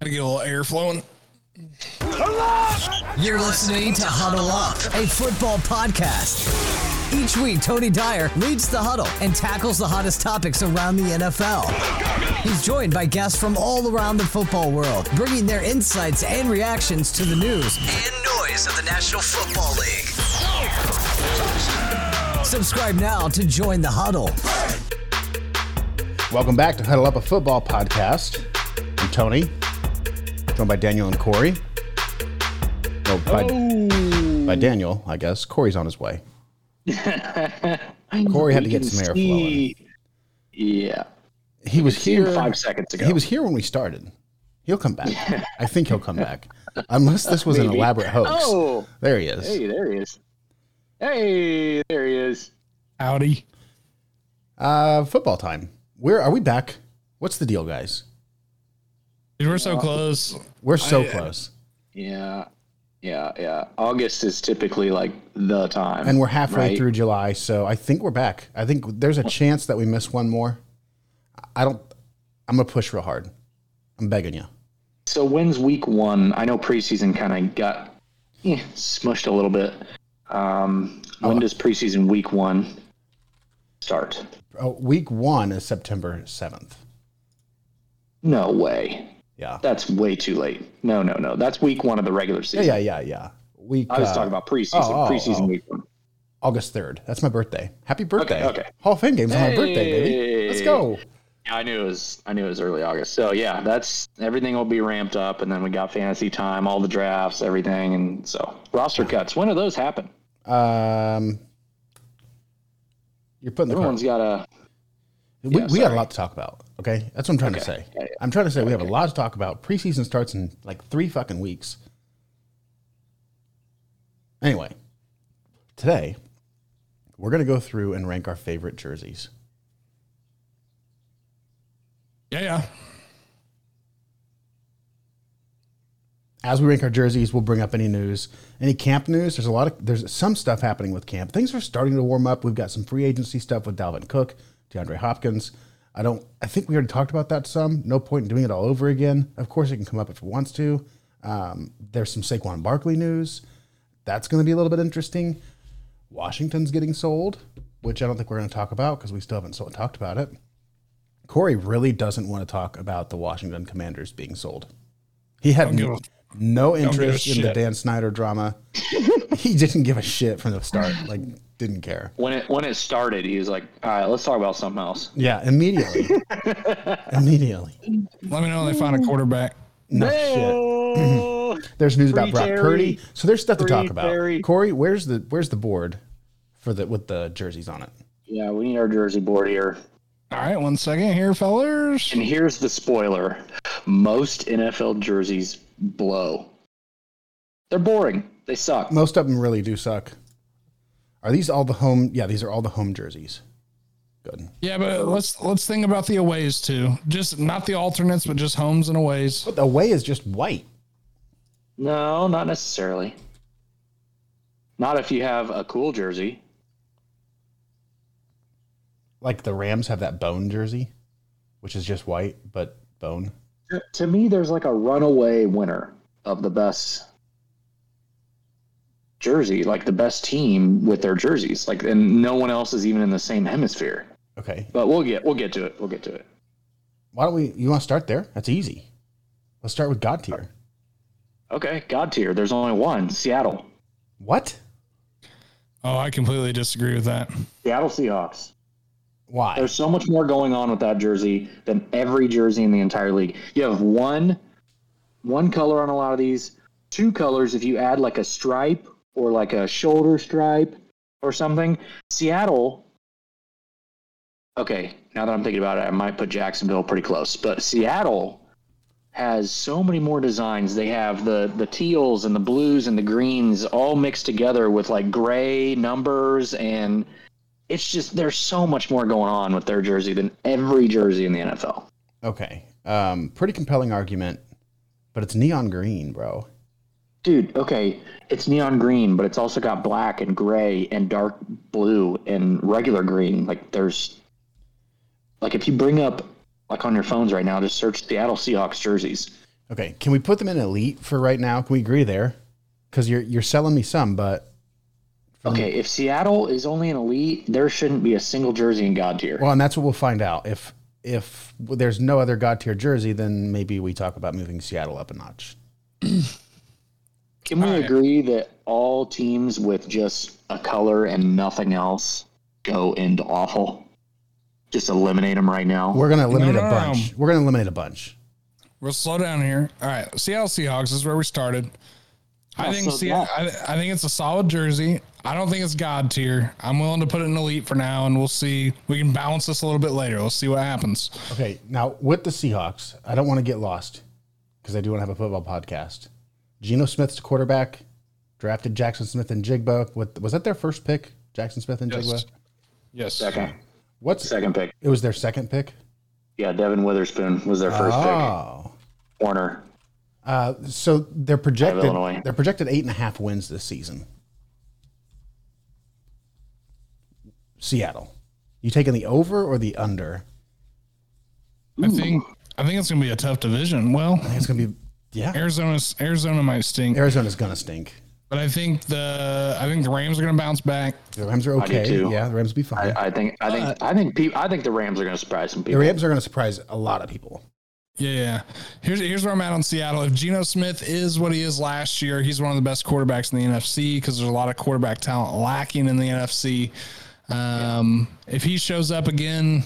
Gotta get a little air flowing. You're listening to Huddle Up, a football podcast. Each week, Tony Dyer leads the huddle and tackles the hottest topics around the NFL. He's joined by guests from all around the football world, bringing their insights and reactions to the news and noise of the National Football League. Subscribe now to join the huddle. Welcome back to Huddle Up a Football Podcast. I'm Tony, joined by Daniel and Corey. Well, by, Oh. by Daniel, I guess. Corey's on his way. Corey had to You get can some air see- Yeah. He was See him here five seconds ago. He was here when we started. He'll come back. I think he'll come back, unless this was an Maybe. elaborate hoax. Oh, There he is. hey, there he is. Hey, there he is. Howdy. Uh, football time. Where are we back? What's the deal, guys? Dude, we're so close. We're so I- uh, close, Yeah. Yeah, yeah. August is typically like the time. and we're halfway right? through July, so I think we're back. I think there's a chance that we miss one more. I don't. I'm gonna push real hard. I'm begging you. So when's week one? I know preseason kind of got eh, smushed a little bit. Um, Oh, when does preseason week one start? Oh, week one is September seventh. No way. Yeah. That's way too late. No, no, no. That's week one of the regular season. Yeah, yeah, yeah, yeah. Week. I was uh, talking about preseason. oh, oh, preseason oh. week one. August third. That's my birthday. Happy birthday. okay. Hall of Fame game's on my birthday, baby. Let's Hey. go. Yeah, I knew it was. I knew it was early August. So yeah, that's everything will be ramped up, and then we got fantasy time, all the drafts, everything, and so roster cuts. When do those happen? Um, you're putting the cart- Everyone's got a. We, Yeah, we got a sorry. lot to talk about. Okay, that's what I'm trying to say. Yeah, yeah. I'm trying to say we have a lot to talk about. Preseason starts in like three fucking weeks. Anyway, today we're gonna go through and rank our favorite jerseys. Yeah, yeah. As we rank our jerseys, we'll bring up any news, any camp news. There's a lot of there's some stuff happening with camp. Things are starting to warm up. We've got some free agency stuff with Dalvin Cook, DeAndre Hopkins. I don't. I think we already talked about that some. No point in doing it all over again. Of course, it can come up if it wants to. Um, there's some Saquon Barkley news. That's going to be a little bit interesting. Washington's getting sold, which I don't think we're going to talk about because we still haven't so- talked about it. Corey really doesn't want to talk about the Washington Commanders being sold. He had give no, a- no give a interest in the shit. Dan Snyder drama. he didn't give a shit from the start. Like, didn't care. When it when it started, he was like, "All right, let's talk about something else." Yeah, immediately. immediately. Let me know when they find a quarterback. No Oh, shit. There's news Free about Brock Terry. Purdy. So there's stuff to Free talk about. Terry. Corey, where's the where's the board for the with the jerseys on it? yeah, we need our jersey board here. All right, one second here, fellers. And here's the spoiler: most NFL jerseys blow. They're boring. They suck. Most of them really do suck. Are these all the home? Yeah, these are all the home jerseys. Good. Yeah, but let's let's think about the aways too. Just not the alternates, but just homes and aways. But the away is just white. No, not necessarily. Not if you have a cool jersey. Like the Rams have that bone jersey, which is just white but bone. To me, there's like a runaway winner of the best jersey, like the best team with their jerseys. Like, and no one else is even in the same hemisphere. Okay. But we'll get we'll get to it. We'll get to it. Why don't we? You want to start there? That's easy. Let's start with God tier. Okay, God tier. There's only one. Seattle. What? Oh, I completely disagree with that. Seattle Seahawks. Why? There's so much more going on with that jersey than every jersey in the entire league. You have one one color on a lot of these, two colors if you add like a stripe or like a shoulder stripe or something. Seattle Okay, now that I'm thinking about it, I might put Jacksonville pretty close, but Seattle has so many more designs. They have the the teals and the blues and the greens all mixed together with like gray numbers and it's just there's so much more going on with their jersey than every jersey in the NFL. Okay. Um, pretty compelling argument, but it's neon green, bro. Dude, okay, it's neon green, but it's also got black and gray and dark blue and regular green. Like there's like if you bring up like on your phones right now, just search Seattle Seahawks jerseys. Okay, can we put them in elite for right now? Can we agree there? Because you're you're selling me some, but Okay, if Seattle is only an elite, there shouldn't be a single jersey in God tier. well, and that's what we'll find out. If if there's no other god tier jersey, then maybe we talk about moving Seattle up a notch. Can we agree that all teams with just a color and nothing else go into awful? Just eliminate them right now. We're gonna eliminate no, a no, bunch. We're gonna eliminate a bunch. We'll slow down here. All right, Seattle Seahawks is where we started. I I'll think slow Se- down. I, I think it's a solid jersey. I don't think it's god tier. I'm willing to put it in elite for now, and we'll see. We can balance this a little bit later. We'll see what happens. Okay, now with the Seahawks, I don't want to get lost because I do want to have a football podcast. Geno Smith's quarterback, drafted Jackson Smith and Jigba. What was that their first pick? Jackson Smith and Yes. Jigba. Yes. second, What's second pick. it was their second pick? Yeah, Devin Witherspoon was their first Oh, pick. Warner. uh, so they're projected. Illinois. They're projected eight and a half wins this season. Seattle, you taking the over or the under? I think I think it's gonna be a tough division. Well, It's gonna be yeah. Arizona's Arizona might stink, Arizona's gonna stink. but I think the I think the Rams are gonna bounce back. The Rams are do okay. too. Yeah, the Rams will be fine. I, I think. I think. I think. Pe- I think the Rams are going to surprise some The people. Rams are going to surprise a lot of people. Yeah, here's here's where I'm at on Seattle. If Geno Smith is what he is last year, he's one of the best quarterbacks in the NFC because there's a lot of quarterback talent lacking in the NFC. Um, If he shows up again,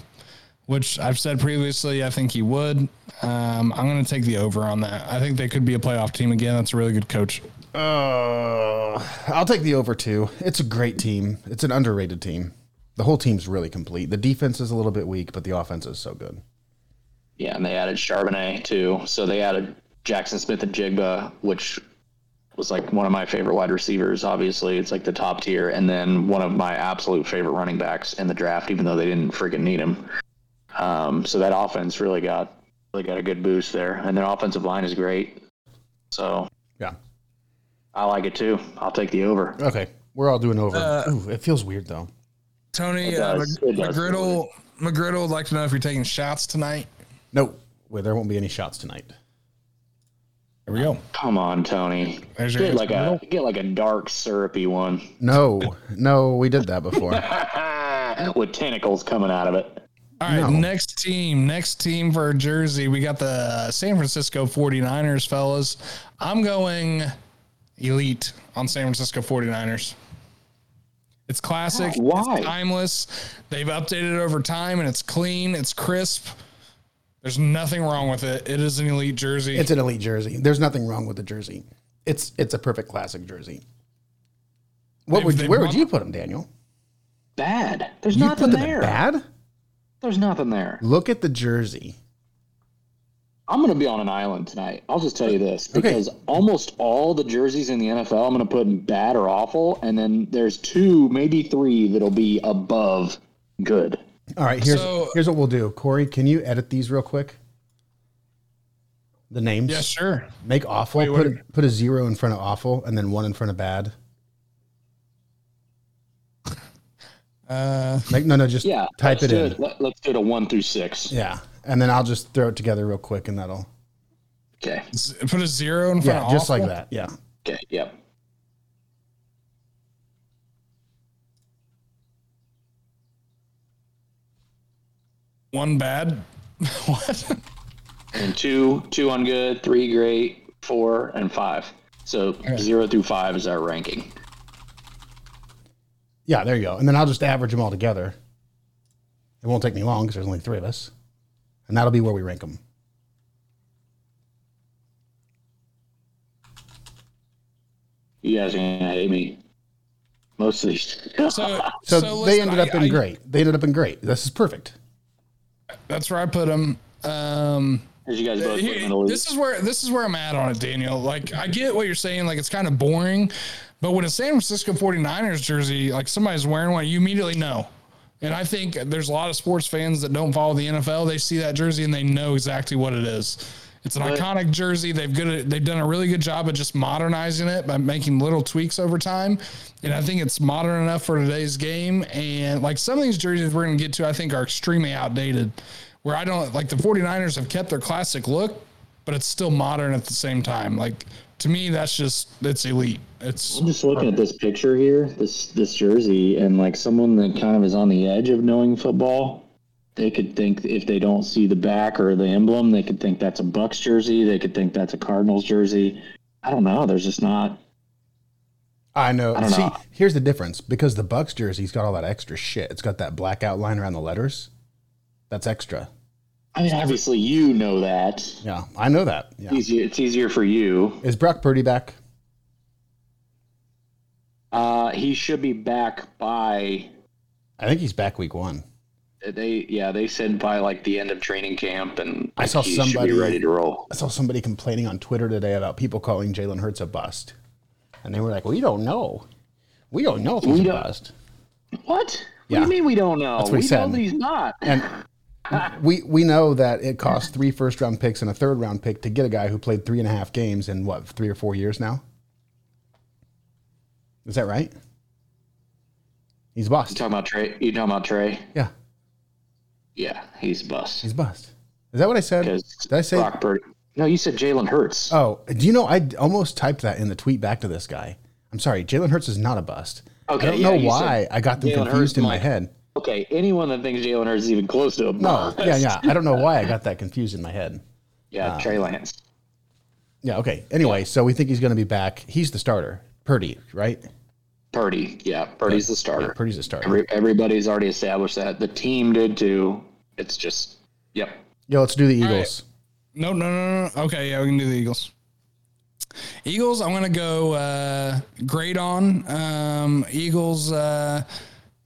which I've said previously, I think he would. Um, I'm going to take the over on that. I think they could be a playoff team again. That's a really good coach. Uh, I'll take the over two. It's a great team. It's an underrated team. The whole team's really complete. The defense is a little bit weak, but the offense is so good. Yeah, and they added Charbonnet too. So they added Jackson Smith and Jigba, which was like one of my favorite wide receivers. Obviously, it's like the top tier, and then one of my absolute favorite running backs in the draft, even though they didn't freaking need him. Um, so that offense really got really got a good boost there, and their offensive line is great. So Yeah. I like it too. I'll take the over. Okay. We're all doing over. Ooh, it feels weird though. Tony It uh, does. Mc- It does. McGriddle, McGriddle would like to know if you're taking shots tonight. No, wait, there won't be any shots tonight. There we go. Come on, Tony. There's your get like a answer. get like a dark syrupy one No, no, we did that before. with tentacles coming out of it. All right, No. next team, next team for Jersey. We got the San Francisco 49ers, fellas. I'm going elite on San Francisco 49ers. It's classic, Why? it's timeless. They've updated it over time and it's clean, it's crisp. There's nothing wrong with it. It is an elite jersey. It's an elite jersey. There's nothing wrong with the jersey. It's it's a perfect classic jersey. What They've- would they've you, where would won- you put them, Daniel? Bad. There's You nothing put them in there. bad. There's nothing there. Look at the jersey. I'm going to be on an island tonight. I'll just tell you this because almost all the jerseys in the NFL, I'm going to put in bad or awful, and then there's two, maybe three that'll be above good. All right, here's So- here's what we'll do. Corey, can you edit these real quick? The names. yeah, sure. Make awful. Wait, put wait. a, put a zero in front of awful, and then one in front of bad. Uh, Make no, no, just Yeah. type it let's do in. Let, us do it a one through six. Yeah, and then I'll just throw it together real quick, and that'll Okay. z- put a zero in front yeah, of just like awful. that. Yeah. Okay. Yep. One bad. what? And two, two on good, three great, four, and five. So zero through five is our ranking. Yeah, there you go. And then I'll just average them all together. It won't take me long because there's only three of us, and that'll be where we rank them. You guys are going to hate me. Most of these. So, So, they listen, ended up I- in I- great. They ended up in great. This is perfect. That's where I put them. Um, As you guys both Here- put in the league. this is where this is where I'm at on it, Daniel. Like I get what you're saying, like it's kind of boring, but when a San Francisco 49ers jersey, like somebody's wearing one, you immediately know. And I think there's a lot of sports fans that don't follow the NFL. They see that jersey and they know exactly what it is. It's an iconic jersey. They've good. They've done a really good job of just modernizing it by making little tweaks over time, and I think it's modern enough for today's game. And like some of these jerseys we're going to get to, I think are extremely outdated. Where I don't like the 49ers have kept their classic look, but it's still modern at the same time. Like to me, that's just it's elite. It's I'm just looking at this picture here, this this jersey, and like someone that kind of is on the edge of knowing football, they could think if they don't see the back or the emblem, they could think that's a Bucks jersey. They could think that's a Cardinals jersey. I don't know. There's just not. I know. don't See, know. here's the difference because the Bucks jersey's got all that extra shit. It's got that black outline around the letters. That's extra. I mean, obviously you know that. Yeah, I know that. Yeah. Easier, it's easier for you. Is Brock Purdy back? Uh, he should be back by I think he's back week one. they. Yeah, they said by like the end of training camp, and I saw he somebody- should be ready to roll. I saw somebody complaining on Twitter today about people calling Jalen Hurts a bust, and they were like, "We don't know. We don't know if he's We a don't- bust." What? What do Yeah. you mean we don't know? That's what he we know said. that he's not. And we we know that it cost three first round picks and a third round pick to get a guy who played three and a half games in what three or four years now. Is that right? He's You a bust. talking about Trey? You talking about Trey? Yeah, Yeah, he's bust. he's a bust. Is that what I said? Because Did I say? Brock Purdy? No, you said Jalen Hurts. Oh, do you know I d- almost typed that in the tweet back to this guy. I'm sorry, Jalen Hurts is not a bust. Okay, I don't yeah, know you why said I got them Jalen Hurts confused in my might- head. okay, anyone that thinks Jalen Hurts is even close to a No, bust. yeah, yeah. I don't know why I got that confused in my head. yeah, Ah. Trey Lance. Yeah, okay. Anyway, so we think he's going to be back. He's the starter. Purdy, right? Purdy, yeah, Purdy's the starter. Purdy's the starter. Every, everybody's already established that. The team did too. It's just, yep. Yo, let's do the Eagles. no, no, no, no. Okay, yeah, we can do the Eagles. Eagles, I'm gonna go uh, great on um, Eagles. Uh,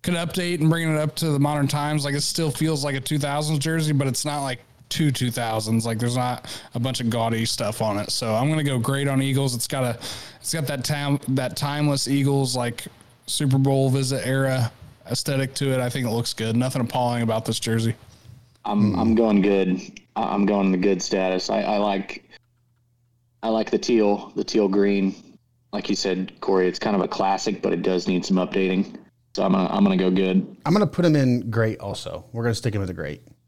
could update and bringing it up to the modern times. Like it still feels like a 2000s jersey, but it's not like two 2000s. Like there's not a bunch of gaudy stuff on it. So I'm gonna go great on Eagles. It's got a, it's got that time that timeless Eagles like Super Bowl visit era aesthetic to it. I think it looks good. Nothing appalling about this jersey. Hmm. I'm I'm going good. I- I'm going the good status. I, I like I like the teal, the teal green. Like you said, Corey, it's kind of a classic, but it does need some updating. So I'm gonna I'm gonna go good. I'm going to put him in great also. We're going to stick him with a great. Um,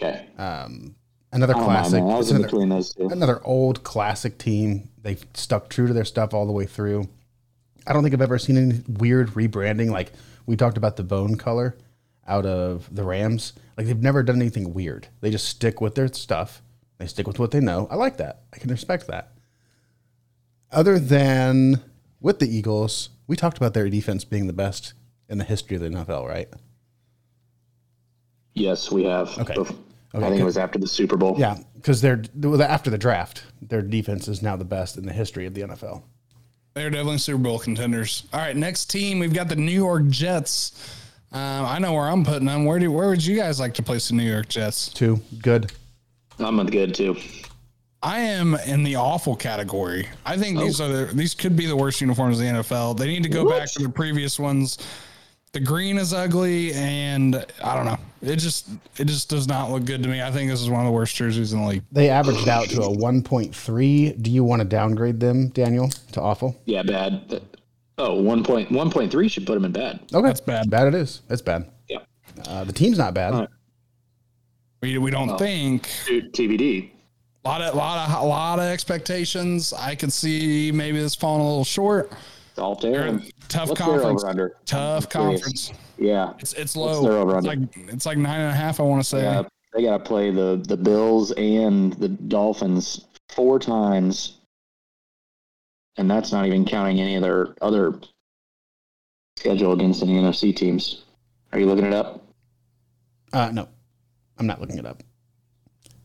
Okay. Another I don't mind, classic. Oh, man. I was It's in another, between those two. another old classic team. They've stuck true to their stuff all the way through. I don't think I've ever seen any weird rebranding. Like we talked about the bone color out of the Rams. Like they've never done anything weird. They just stick with their stuff. They stick with what they know. I like that. I can respect that. Other than with the Eagles, we talked about their defense being the best in the history of the NFL, right? Yes, we have. Okay. Bef- I Okay, think good. it was after the Super Bowl. Yeah, because they're well, after the draft, their defense is now the best in the history of the NFL. They're definitely Super Bowl contenders. All right, next team we've got the New York Jets. Um, I know where I'm putting them. Where do where would you guys like to place the New York Jets? Two good. I'm on the good too. I am in the awful category. I think these are the, these could be the worst uniforms in the NFL. They need to go back to the previous ones. The green is ugly, and I don't know. It just it just does not look good to me. I think this is one of the worst jerseys in the league. They averaged out to a 1.3. Do you want to downgrade them, Daniel, to awful? Yeah, bad. That- Oh, one point one point three should put him in bad. Okay. That's bad. Bad it is. That's bad. Yeah. Uh, the team's not bad. Alright. We, we don't think Dude, TBD. a lot of lot of lot of expectations. I could see maybe this falling a little short. It's all there. Tough What's their conference. over-under? Tough curious. conference. Yeah. It's it's What's low. their over-under? it's like it's like nine and a half. I want to say. Yeah, they got to play the the Bills and the Dolphins four times, and that's not even counting any of their other schedule against any NFC teams. Are you looking it up? Uh, no, I'm not looking it up.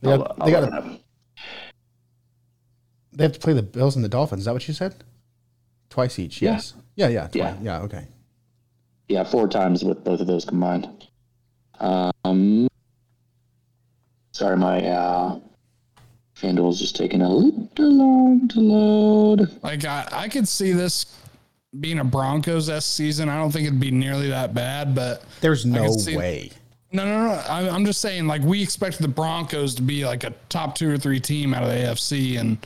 They, I'll- got, I'll they, look got it up. they have to play the Bills and the Dolphins. Is that what you said? Twice each, Yeah. yes. Yeah, yeah. twi- Yeah. yeah, okay. Yeah, four times with both of those combined. Um, sorry, my uh, FanDuel's just taking a little long to load. Like I, I could see this being a Broncos s season. I don't think it'd be nearly that bad, but There's no see- way. no, no, no. I, I'm just saying, like we expected the Broncos to be like a top two or three team out of the AFC, and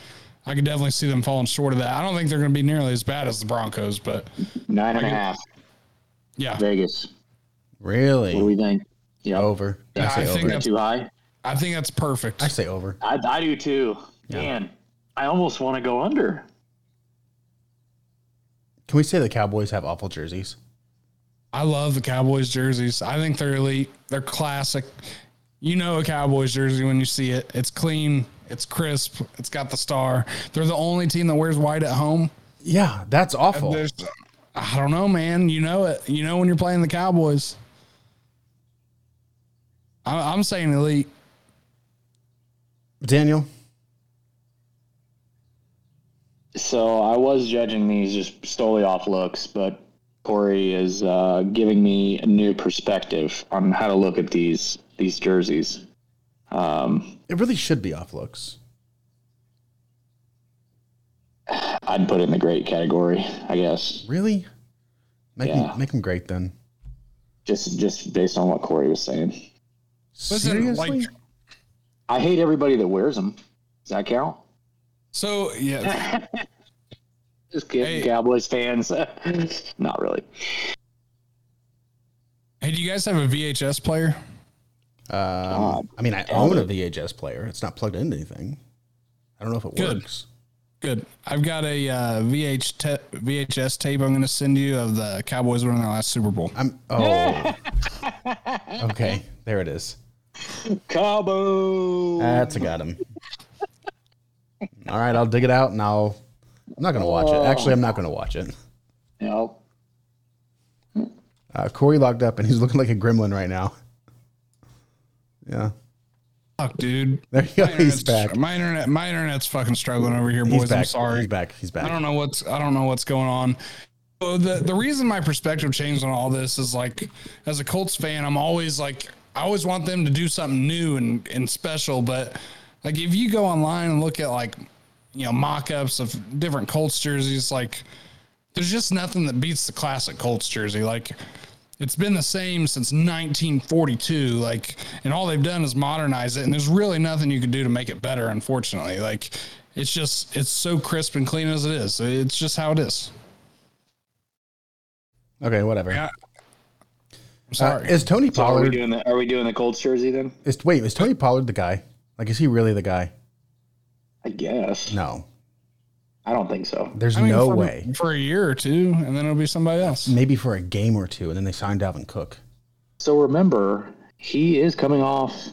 I could definitely see them falling short of that. I don't think they're going to be nearly as bad as the Broncos, but Nine and a half, yeah, Vegas. What do Really? we think? Yeah, Over. Yeah, I say I think over. that's- too high. I think that's perfect. I say over. I, I do too. Man, I almost want to go under. Can we say the Cowboys have awful jerseys? I love the Cowboys jerseys. I think they're elite. They're classic. You know a Cowboys jersey when you see it. It's clean. It's crisp. It's got the star. They're the only team that wears white at home. Yeah, that's awful. There's, I don't know, man. You know it. You know when you're playing the Cowboys. I- I'm saying elite. Daniel, So I was judging these just solely off looks, but Corey is uh, giving me a new perspective on how to look at these these jerseys. Um, it really should be off looks. I'd put it in the great category, I guess, Really? Make, them Yeah. make them great then. just just based on what Corey was saying. Listen, like- Seriously? I hate everybody that wears them. Does that count? So yeah, Just Hey. kidding, Cowboys fans. Not really. hey, do you guys have a VHS player? Um, I mean, I own a VHS player. It's not plugged into anything. I don't know if it Good. works. Good. I've got a uh, VH te- VHS tape I'm going to send you of the Cowboys winning their last Super Bowl. I'm. Oh. okay. There it is. Cowboys. That's a got him. All right, I'll dig it out and I'll. I'm not gonna watch it. Actually, I'm not gonna watch it. No. Uh, Corey logged up and he's looking like a gremlin right now. Yeah, Fuck, dude. there you go. My He's internet's- back. My internet, my internet's fucking struggling over here, He's boys. back. I'm sorry. He's back. He's back. I don't know what's I don't know what's going on. So the the reason my perspective changed on all this is like as a Colts fan, I'm always like I always want them to do something new and and special, but like if you go online and look at like you know mock-ups of different Colts jerseys like there's just nothing that beats the classic Colts jersey. Like it's been the same since 1942. Like, and all they've done is modernize it. And there's really nothing you can do to make it better. Unfortunately, like it's just it's so crisp and clean as it is. It's just how it is. Okay, whatever. Yeah. I'm Uh, sorry. is Tony So are we Pollard? doing the Are we doing the Colts jersey then? Is wait? Is Tony Pollard the guy? Like, is he really the guy? I guess. No, I don't think so. there's I mean, no for, way. for a year or two, and then it'll be somebody else. Maybe for a game or two, and then they signed Dalvin Cook. So remember, he is coming off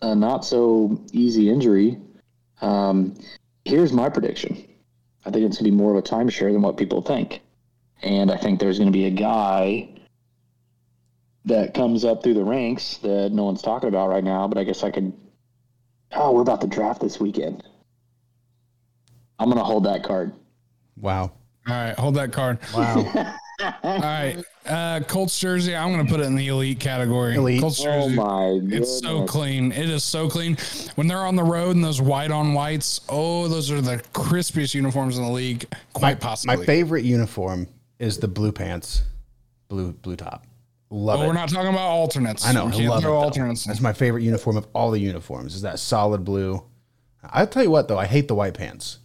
a not so easy injury. Um, here's my prediction I think it's going to be more of a timeshare than what people think. And I think there's going to be a guy that comes up through the ranks that no one's talking about right now, but I guess I could. Oh, we're about to draft this weekend. I'm going to hold that card. Wow. All right, hold that card. Wow. All right, uh, Colts jersey. I'm gonna put it in the elite category. Elite. Colts jersey. Oh, my goodness. It's so clean. It is so clean. When they're on the road and those white on whites, oh, those are the crispiest uniforms in the league, quite possibly. My favorite uniform is the blue pants, blue blue top. Love but it. Oh, we're not talking about alternates. I know. We I can't love it. throw though. alternates. That's my favorite uniform of all the uniforms. Is that solid blue? I'll tell you what though, I hate the white pants.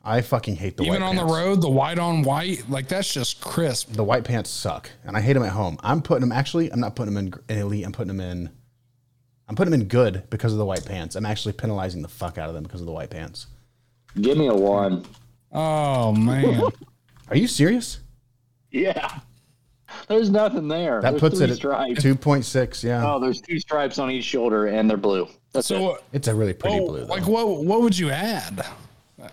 I fucking hate the Even white on pants. the road, the white on white, like that's just crisp. The white pants suck, and I hate them at home. I'm putting them. Actually, I'm not putting them in, gr- in elite. I'm putting them in. I'm putting them in good because of the white pants. I'm actually penalizing the fuck out of them because of the white pants. Give me a one. Oh man, Are you serious? Yeah. There's nothing there. That There's puts three it at stripes. two point six. Yeah, Oh, there's two stripes on each shoulder, and they're blue. That's so it. what- it's a really pretty oh, blue. Though. like what? What would you add?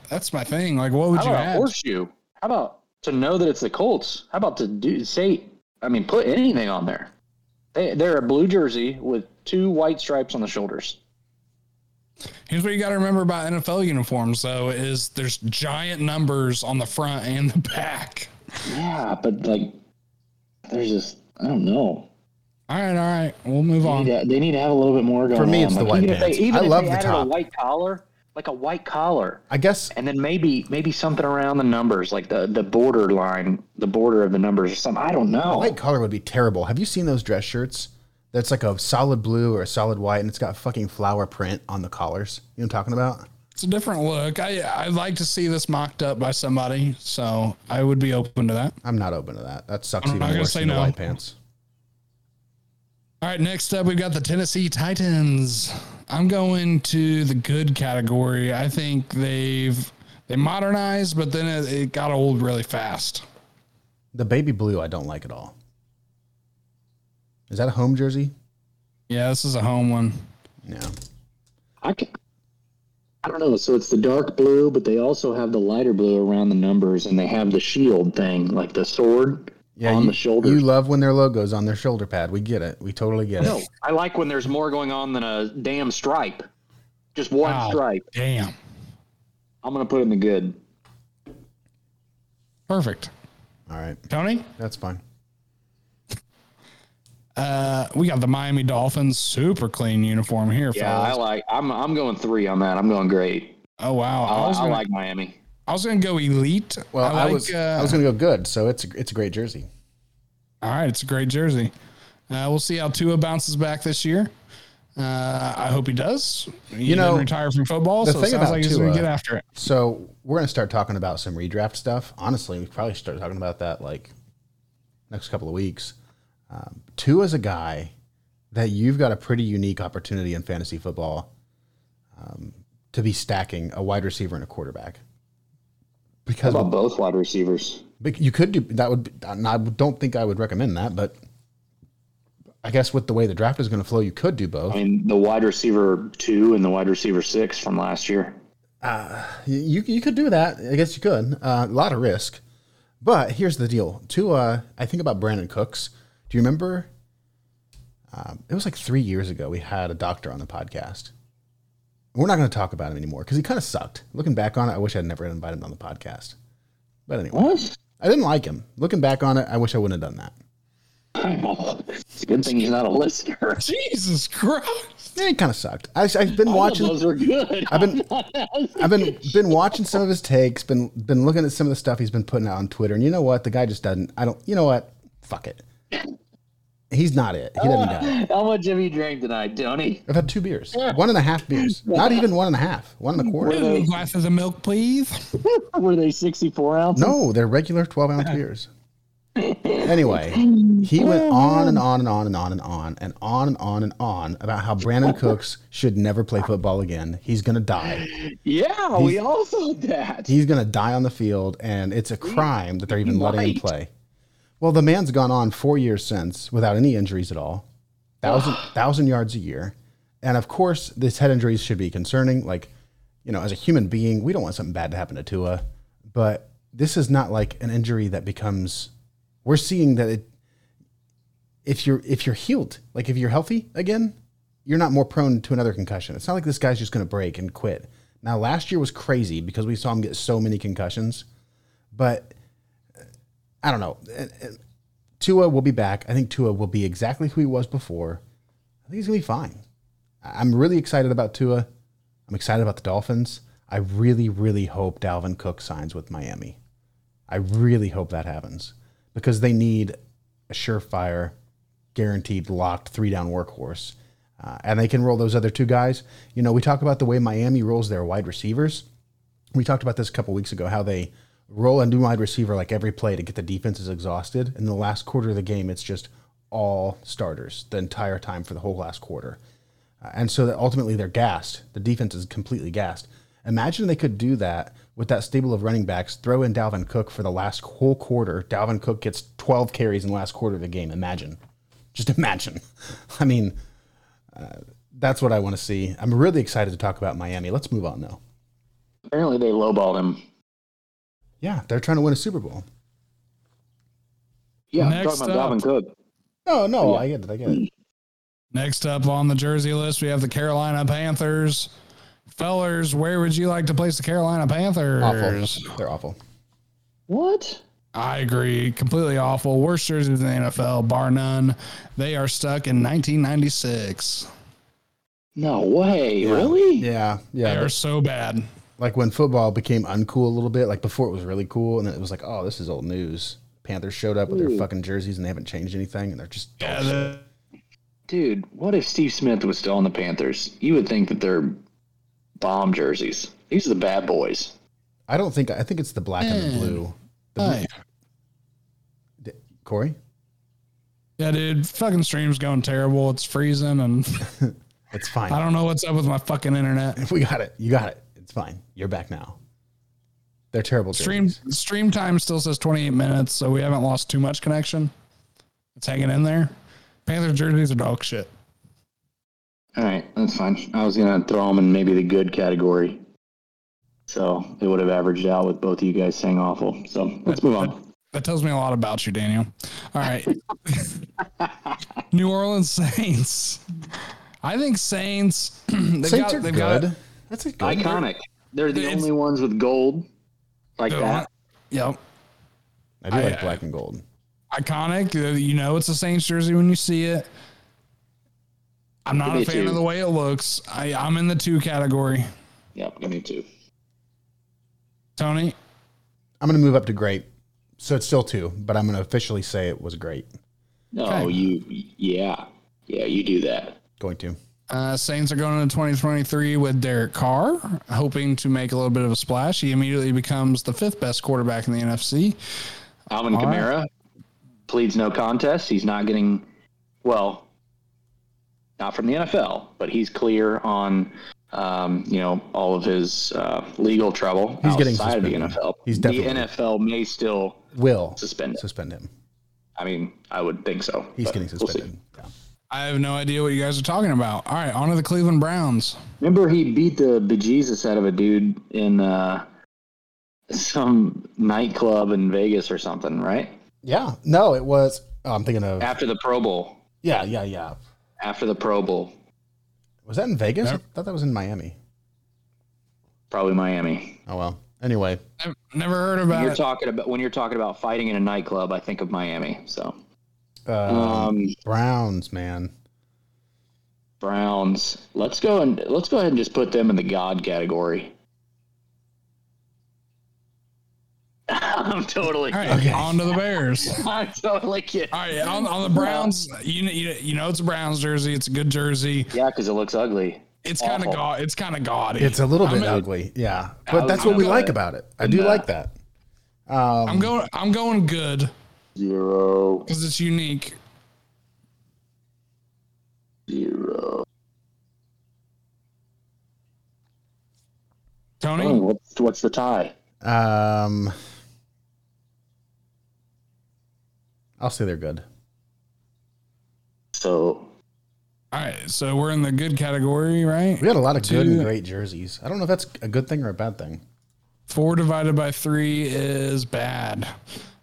That's my thing. Like what would How you about a add? horseshoe? How about to know that it's the Colts? How about to do say? I mean, put anything on there. They, they're a blue jersey with two white stripes on the shoulders. Here's what you got to remember about NFL uniforms, though: is there's giant numbers on the front and the back. Yeah, but like, there's just I don't know. All right, all right, we'll move They on. need to, they need to have a little bit more going For me, on. it's the Like, white even if they- pants. even I if love they the added top. a white collar, like a white collar, I guess and then maybe maybe something around the numbers, like the the border line, the border of the numbers or something. I don't know. White collar would be terrible. Have you seen those dress shirts? That's like a solid blue or a solid white, and it's got fucking flower print on the collars. You know what I'm talking about? It's a different look. I I'd like to see this mocked up by somebody, so I would be open to that. I'm not open to that. That sucks I'm even not gonna worse say than the no. white pants. All right, next up we've got the Tennessee Titans. I'm going to the good category. I think they've they modernized, but then it, it got old really fast. The baby blue, I don't like at all. Is that a home jersey? Yeah, this is a home one. No. I can, I don't know. So it's the dark blue, but they also have the lighter blue around the numbers, and they have the shield thing, like the sword Yeah, on you, the shoulder. You love when their logo's on their shoulder pad. We get it. We totally get no, it. I like when there's more going on than a damn stripe. Just one Wow. stripe. Damn. I'm gonna put in the good. Perfect. All right, Tony, that's fine. uh, we got the Miami Dolphins super clean uniform here. Yeah, I fellas. like. I'm I'm going three on that. I'm going great. oh wow, I, I was I gonna, like Miami. I was gonna go elite. Well, I, like, was uh, I was going to go good. So it's a, it's a great jersey. All right, it's a great jersey. Uh, we'll see how Tua bounces back this year. Uh, I hope he does. He You know, didn't retire from football, the so it thing sounds about like he's going Tua- to get after it. So we're going to start talking about some redraft stuff. Honestly, we probably should start talking about that like next couple of weeks. Um, two is a guy that you've got a pretty unique opportunity in fantasy football um, to be stacking a wide receiver and a quarterback. Because How about both wide receivers? Bec- You could do that. Would be- and I don't think I would recommend that, but I guess with the way the draft is going to flow, you could do both. I mean, the wide receiver two and the wide receiver six from last year. You you could do that. I guess you could. Uh, a lot of risk, but here's the deal. Tua, I think about Brandon Cooks. Do you remember? Um, it was like three years ago. We had a doctor on the podcast. We're not going to talk about him anymore because he kind of sucked. Looking back on it, I wish I'd never invited him on the podcast. But anyway, What? I didn't like him. Looking back on it, I wish I wouldn't have done that. I'm all- It's a good thing he's not a listener. Jesus Christ. Yeah, he kind of sucked. I, I've been All of watching. those are good. I've been I've been been watching some of his takes, been been looking at some of the stuff he's been putting out on Twitter, and you know what? The guy just doesn't. I don't. You know what? Fuck it. He's not it. He doesn't got it. How much have you drank tonight, Tony? I've had two beers, one and a half beers, not even one and a half, one and a quarter. A glass of the milk, please. Were they 64 ounces? No, they're regular twelve ounce beers. Anyway, he went on and on and on and on and on and on and on and on about how Brandon Cooks should never play football again. He's gonna die. Yeah, we all thought that. he's going to die on the field, and it's a crime that they're even letting him Right. play. Well, the man's gone on four years since without any injuries at all, thousand thousand yards a year, and of course, this head injuries should be concerning. Like, you know, as a human being, we don't want something bad to happen to Tua, but this is not like an injury that becomes. We're seeing that it, if you're if you're healed, like if you're healthy again, you're not more prone to another concussion. It's not like this guy's just going to break and quit. Now, last year was crazy because we saw him get so many concussions, but uh, I don't know. Uh, uh, Tua will be back. I think Tua will be exactly who he was before. I think he's going to be fine. I- I'm really excited about Tua. I'm excited about the Dolphins. I really, really hope Dalvin Cook signs with Miami. I really hope that happens because they need a surefire, guaranteed, locked three down workhorse. Uh, and they can roll those other two guys. You know, we talk about the way Miami rolls their wide receivers. We talked about this a couple weeks ago how they roll a new wide receiver like every play to get the defenses exhausted. In the last quarter of the game, it's just all starters the entire time for the whole last quarter. Uh, and so that ultimately they're gassed. The defense is completely gassed. Imagine they could do that with that stable of running backs. Throw in Dalvin Cook for the last whole quarter. Dalvin Cook gets 12 carries in the last quarter of the game. Imagine. Just imagine. I mean, uh, that's what I want to see. I'm really excited to talk about Miami. Let's move on, though. Apparently, they lowballed him. Yeah, they're trying to win a Super Bowl. Yeah, I'm Next talking about up. Dalvin Cook. No, no, I get it. I get it. Next up on the jersey list, we have the Carolina Panthers. Fellers, where would you like to place the Carolina Panthers? Awful. They're awful. What? I agree. Completely awful. Worst jerseys in the NFL, bar none. They are stuck in 1996. No way. Really? Yeah, They yeah. are so bad. like when football became uncool a little bit, like before it was really cool, and then it was like, oh, this is old news. Panthers showed up with their fucking jerseys and they haven't changed anything, and they're just Yeah, the- Dude, what if Steve Smith was still on the Panthers? You would think that they're bomb jerseys. These are the bad boys. I don't think I think it's the black and the Man. blue. The blue- Hey. Corey, Yeah, dude, fucking stream's going terrible. It's freezing, and It's fine. I don't know what's up with my fucking internet. we got it. You got it. It's fine. You're back now. They're terrible. Stream jerseys. stream time still says 28 minutes, so we haven't lost too much connection. It's hanging in there. Panther jerseys are dog shit. All right, that's fine. I was gonna throw them in maybe the good category, so it would have averaged out with both of you guys saying awful. So let's move on. That tells me a lot about you, Daniel. All right. New Orleans Saints. I think Saints. They've Saints got, are they've good. got That's a good. Iconic. They're the It's- only ones with gold like They're that. Yep. I do I- like black and gold. Iconic. Uh, You know it's a Saints jersey when you see it. I'm not Give me a a fan two. of the way it looks. I, I'm in the two category. Yep, give me two. Tony, I'm going to move up to great. So it's still two, but I'm going to officially say it was great. No, Okay. you. Yeah, yeah, you do that. Going to. Uh, Saints are going into 2023 with Derek Carr, hoping to make a little bit of a splash. He immediately becomes the fifth best quarterback in the NFC. Alvin right. Kamara pleads no contest. He's not getting, well, not from the NFL, but he's clear on, um, you know, all of his uh, legal trouble He's getting outside of the suspended. NFL. He's the definitely- NFL may still. Will Suspend it. Suspend him. I mean, I would think so. He's but getting we'll see. suspended. Yeah. I have no idea what you guys are talking about. All right, on to the Cleveland Browns. Remember, he beat the bejesus out of a dude in uh, some nightclub in Vegas or something, right? yeah. No, it was. Oh, I'm thinking of. After the Pro Bowl. Yeah, yeah, yeah. After the Pro Bowl, Was that in Vegas? I thought that was in Miami. probably Miami. Oh, well. Anyway, I've never heard When about you're it. talking about when you're talking about fighting in a nightclub, I think of Miami. So uh, um, Browns, man. Browns, let's go and let's go ahead and just put them in the God category. I'm totally, All right, Okay. on to the Bears. I'm totally kidding. All right, on, on the Browns, you, kn- you you know it's a Browns jersey. It's a good jersey. Yeah, because it looks ugly. It's kind of Awful. ga- it's kind of gaudy. It's a little I'm bit a- ugly, yeah. But I that's would what we go like with- about it. I do Nah. like that. Um, I'm going I'm going good Zero, because it's unique. zero. Tony, Oh, what's, what's the tie? um, I'll say they're good. So all right, so we're in the good category, right? We got a lot of good and Two. great jerseys. I don't know if that's a good thing or a bad thing. Four divided by three is bad.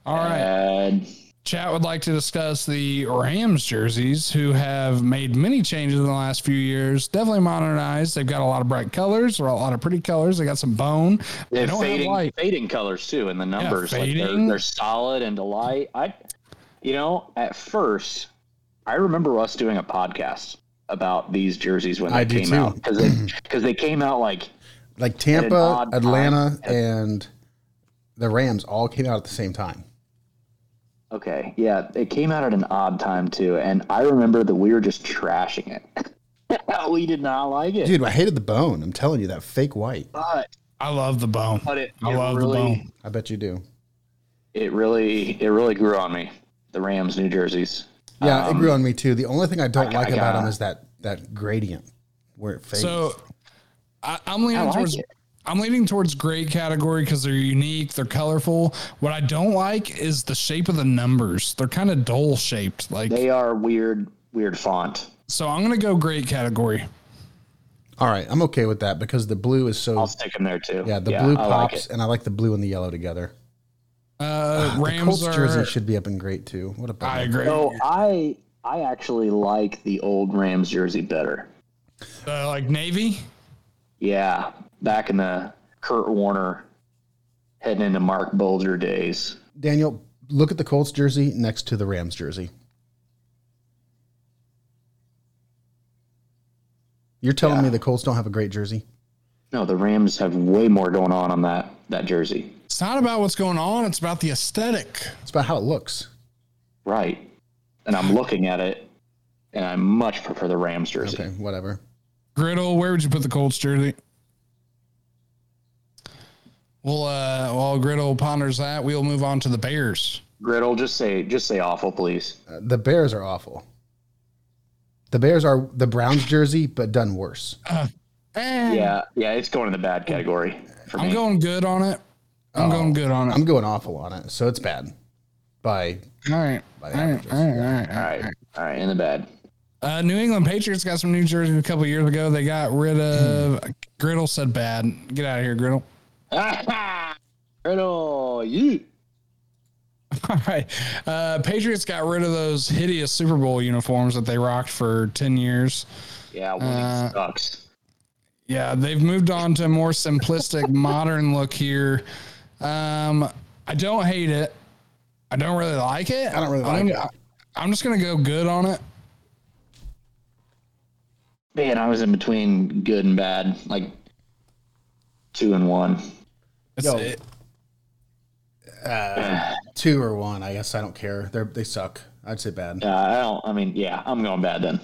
All right. bad. Chat would like to discuss the Rams jerseys, who have made many changes in the last few years. Definitely modernized. They've got a lot of bright colors, or a lot of pretty colors. They got some bone. They They're don't have fading, light. fading colors too, and the numbers like fading. they're, they're solid and light. I, you know, at first, I remember us doing a podcast about these jerseys when they I do came too. out because they because they came out like Like an Tampa, odd Atlanta, and the Rams all came out at the same time. okay, yeah, it came out at an odd time too, and I remember that we were just trashing it. we did not like it, Dude, I hated the bone. I'm telling you, that fake white. but I love the bone. but it, I it love the really bone. I bet you do. it really it really grew on me. The Rams new jerseys. Yeah, it Um, grew on me too. The only thing I don't I- like I about got- them is that that gradient where it fades. So I, I'm I leaning like towards it. I'm leaning towards great category because they're unique, they're colorful. What I don't like is the shape of the numbers. They're kind of dole shaped. Like They are weird weird font. so I'm gonna go great category. all right, I'm okay with that because the blue is so I'll stick them there too. yeah. The blue I like pops, it. and I like the blue and the yellow together. Uh Ah, the Rams Colts are jersey should be up in great too. What a bummer. I agree. So I I actually like the old Rams jersey better. Uh, like navy. Yeah, back in the Kurt Warner heading into Mark Bulger days. Daniel, look at the Colts jersey next to the Rams jersey. You're telling me the Colts don't have a great jersey? No, the Rams have way more going on on that that jersey. It's not about what's going on, it's about the aesthetic. It's about how it looks. Right. And I'm looking at it and I much prefer the Rams jersey. Okay, whatever. Griddle, where would you put the Colts jersey? Well, uh, while Griddle ponders that, we'll move on to the Bears. Griddle, just say just say awful, please. Uh, the Bears are awful. The Bears are the Browns jersey, but done worse. Eh, Yeah, yeah, it's going in the bad category for I'm me. going good on it. I'm going good on it. Oh. I'm going awful on it, so it's bad. By all right. All right. All right. All right. all right, all right, in the bad. Uh, New England Patriots got some New Jersey a couple years ago. They got rid of Griddle. Said bad. Get out of here, Griddle. Riddle, yeet. All right. Uh, Patriots got rid of those hideous Super Bowl uniforms that they rocked for ten years. Yeah, winning Uh, sucks. Yeah, they've moved on to a more simplistic, modern look here. Um, I don't hate it. I don't really like it. I don't really am like it. I'm just gonna go good on it. Man, I was in between good and bad, like two and one. It's, Yo. uh, it- two or one, I guess I don't care. They they suck. I'd say bad. Uh, I don't. I mean, yeah, I'm going bad then.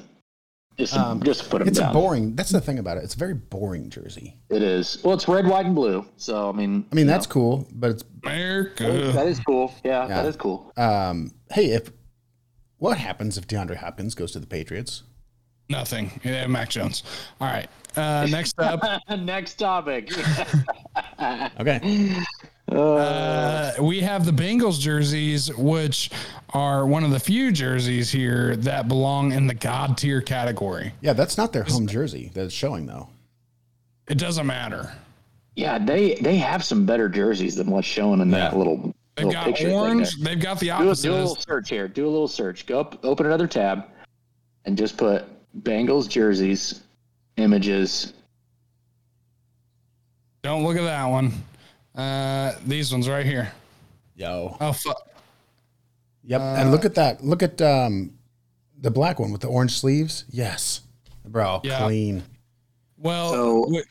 Just, just put them Um, It's down. a boring. That's the thing about it. It's a very boring jersey. it is. Well, it's red, white, and blue. So I mean, I mean, you that's cool, but it's know, America. that is cool. Yeah, that is cool. um. Hey, if what happens if DeAndre Hopkins goes to the Patriots? Nothing. Yeah, Mac Jones. All right. Uh, next up. Next topic. Okay, Uh, we have the Bengals jerseys, which are one of the few jerseys here that belong in the god tier category. yeah, that's not their home jersey that's showing though. It doesn't matter. yeah, they they have some better jerseys than what's shown in that little They've little got picture. thing orange. there. They've got the Do a, do a little opposite. search here. Do a little search. Go up, open another tab, and just put Bengals jerseys images. Don't look at that one. Uh, these ones right here. Yo. Oh fuck. Yep. and look at that. Look at um, the black one with the orange sleeves. Yes, bro. Yeah. Clean. Well, So- w-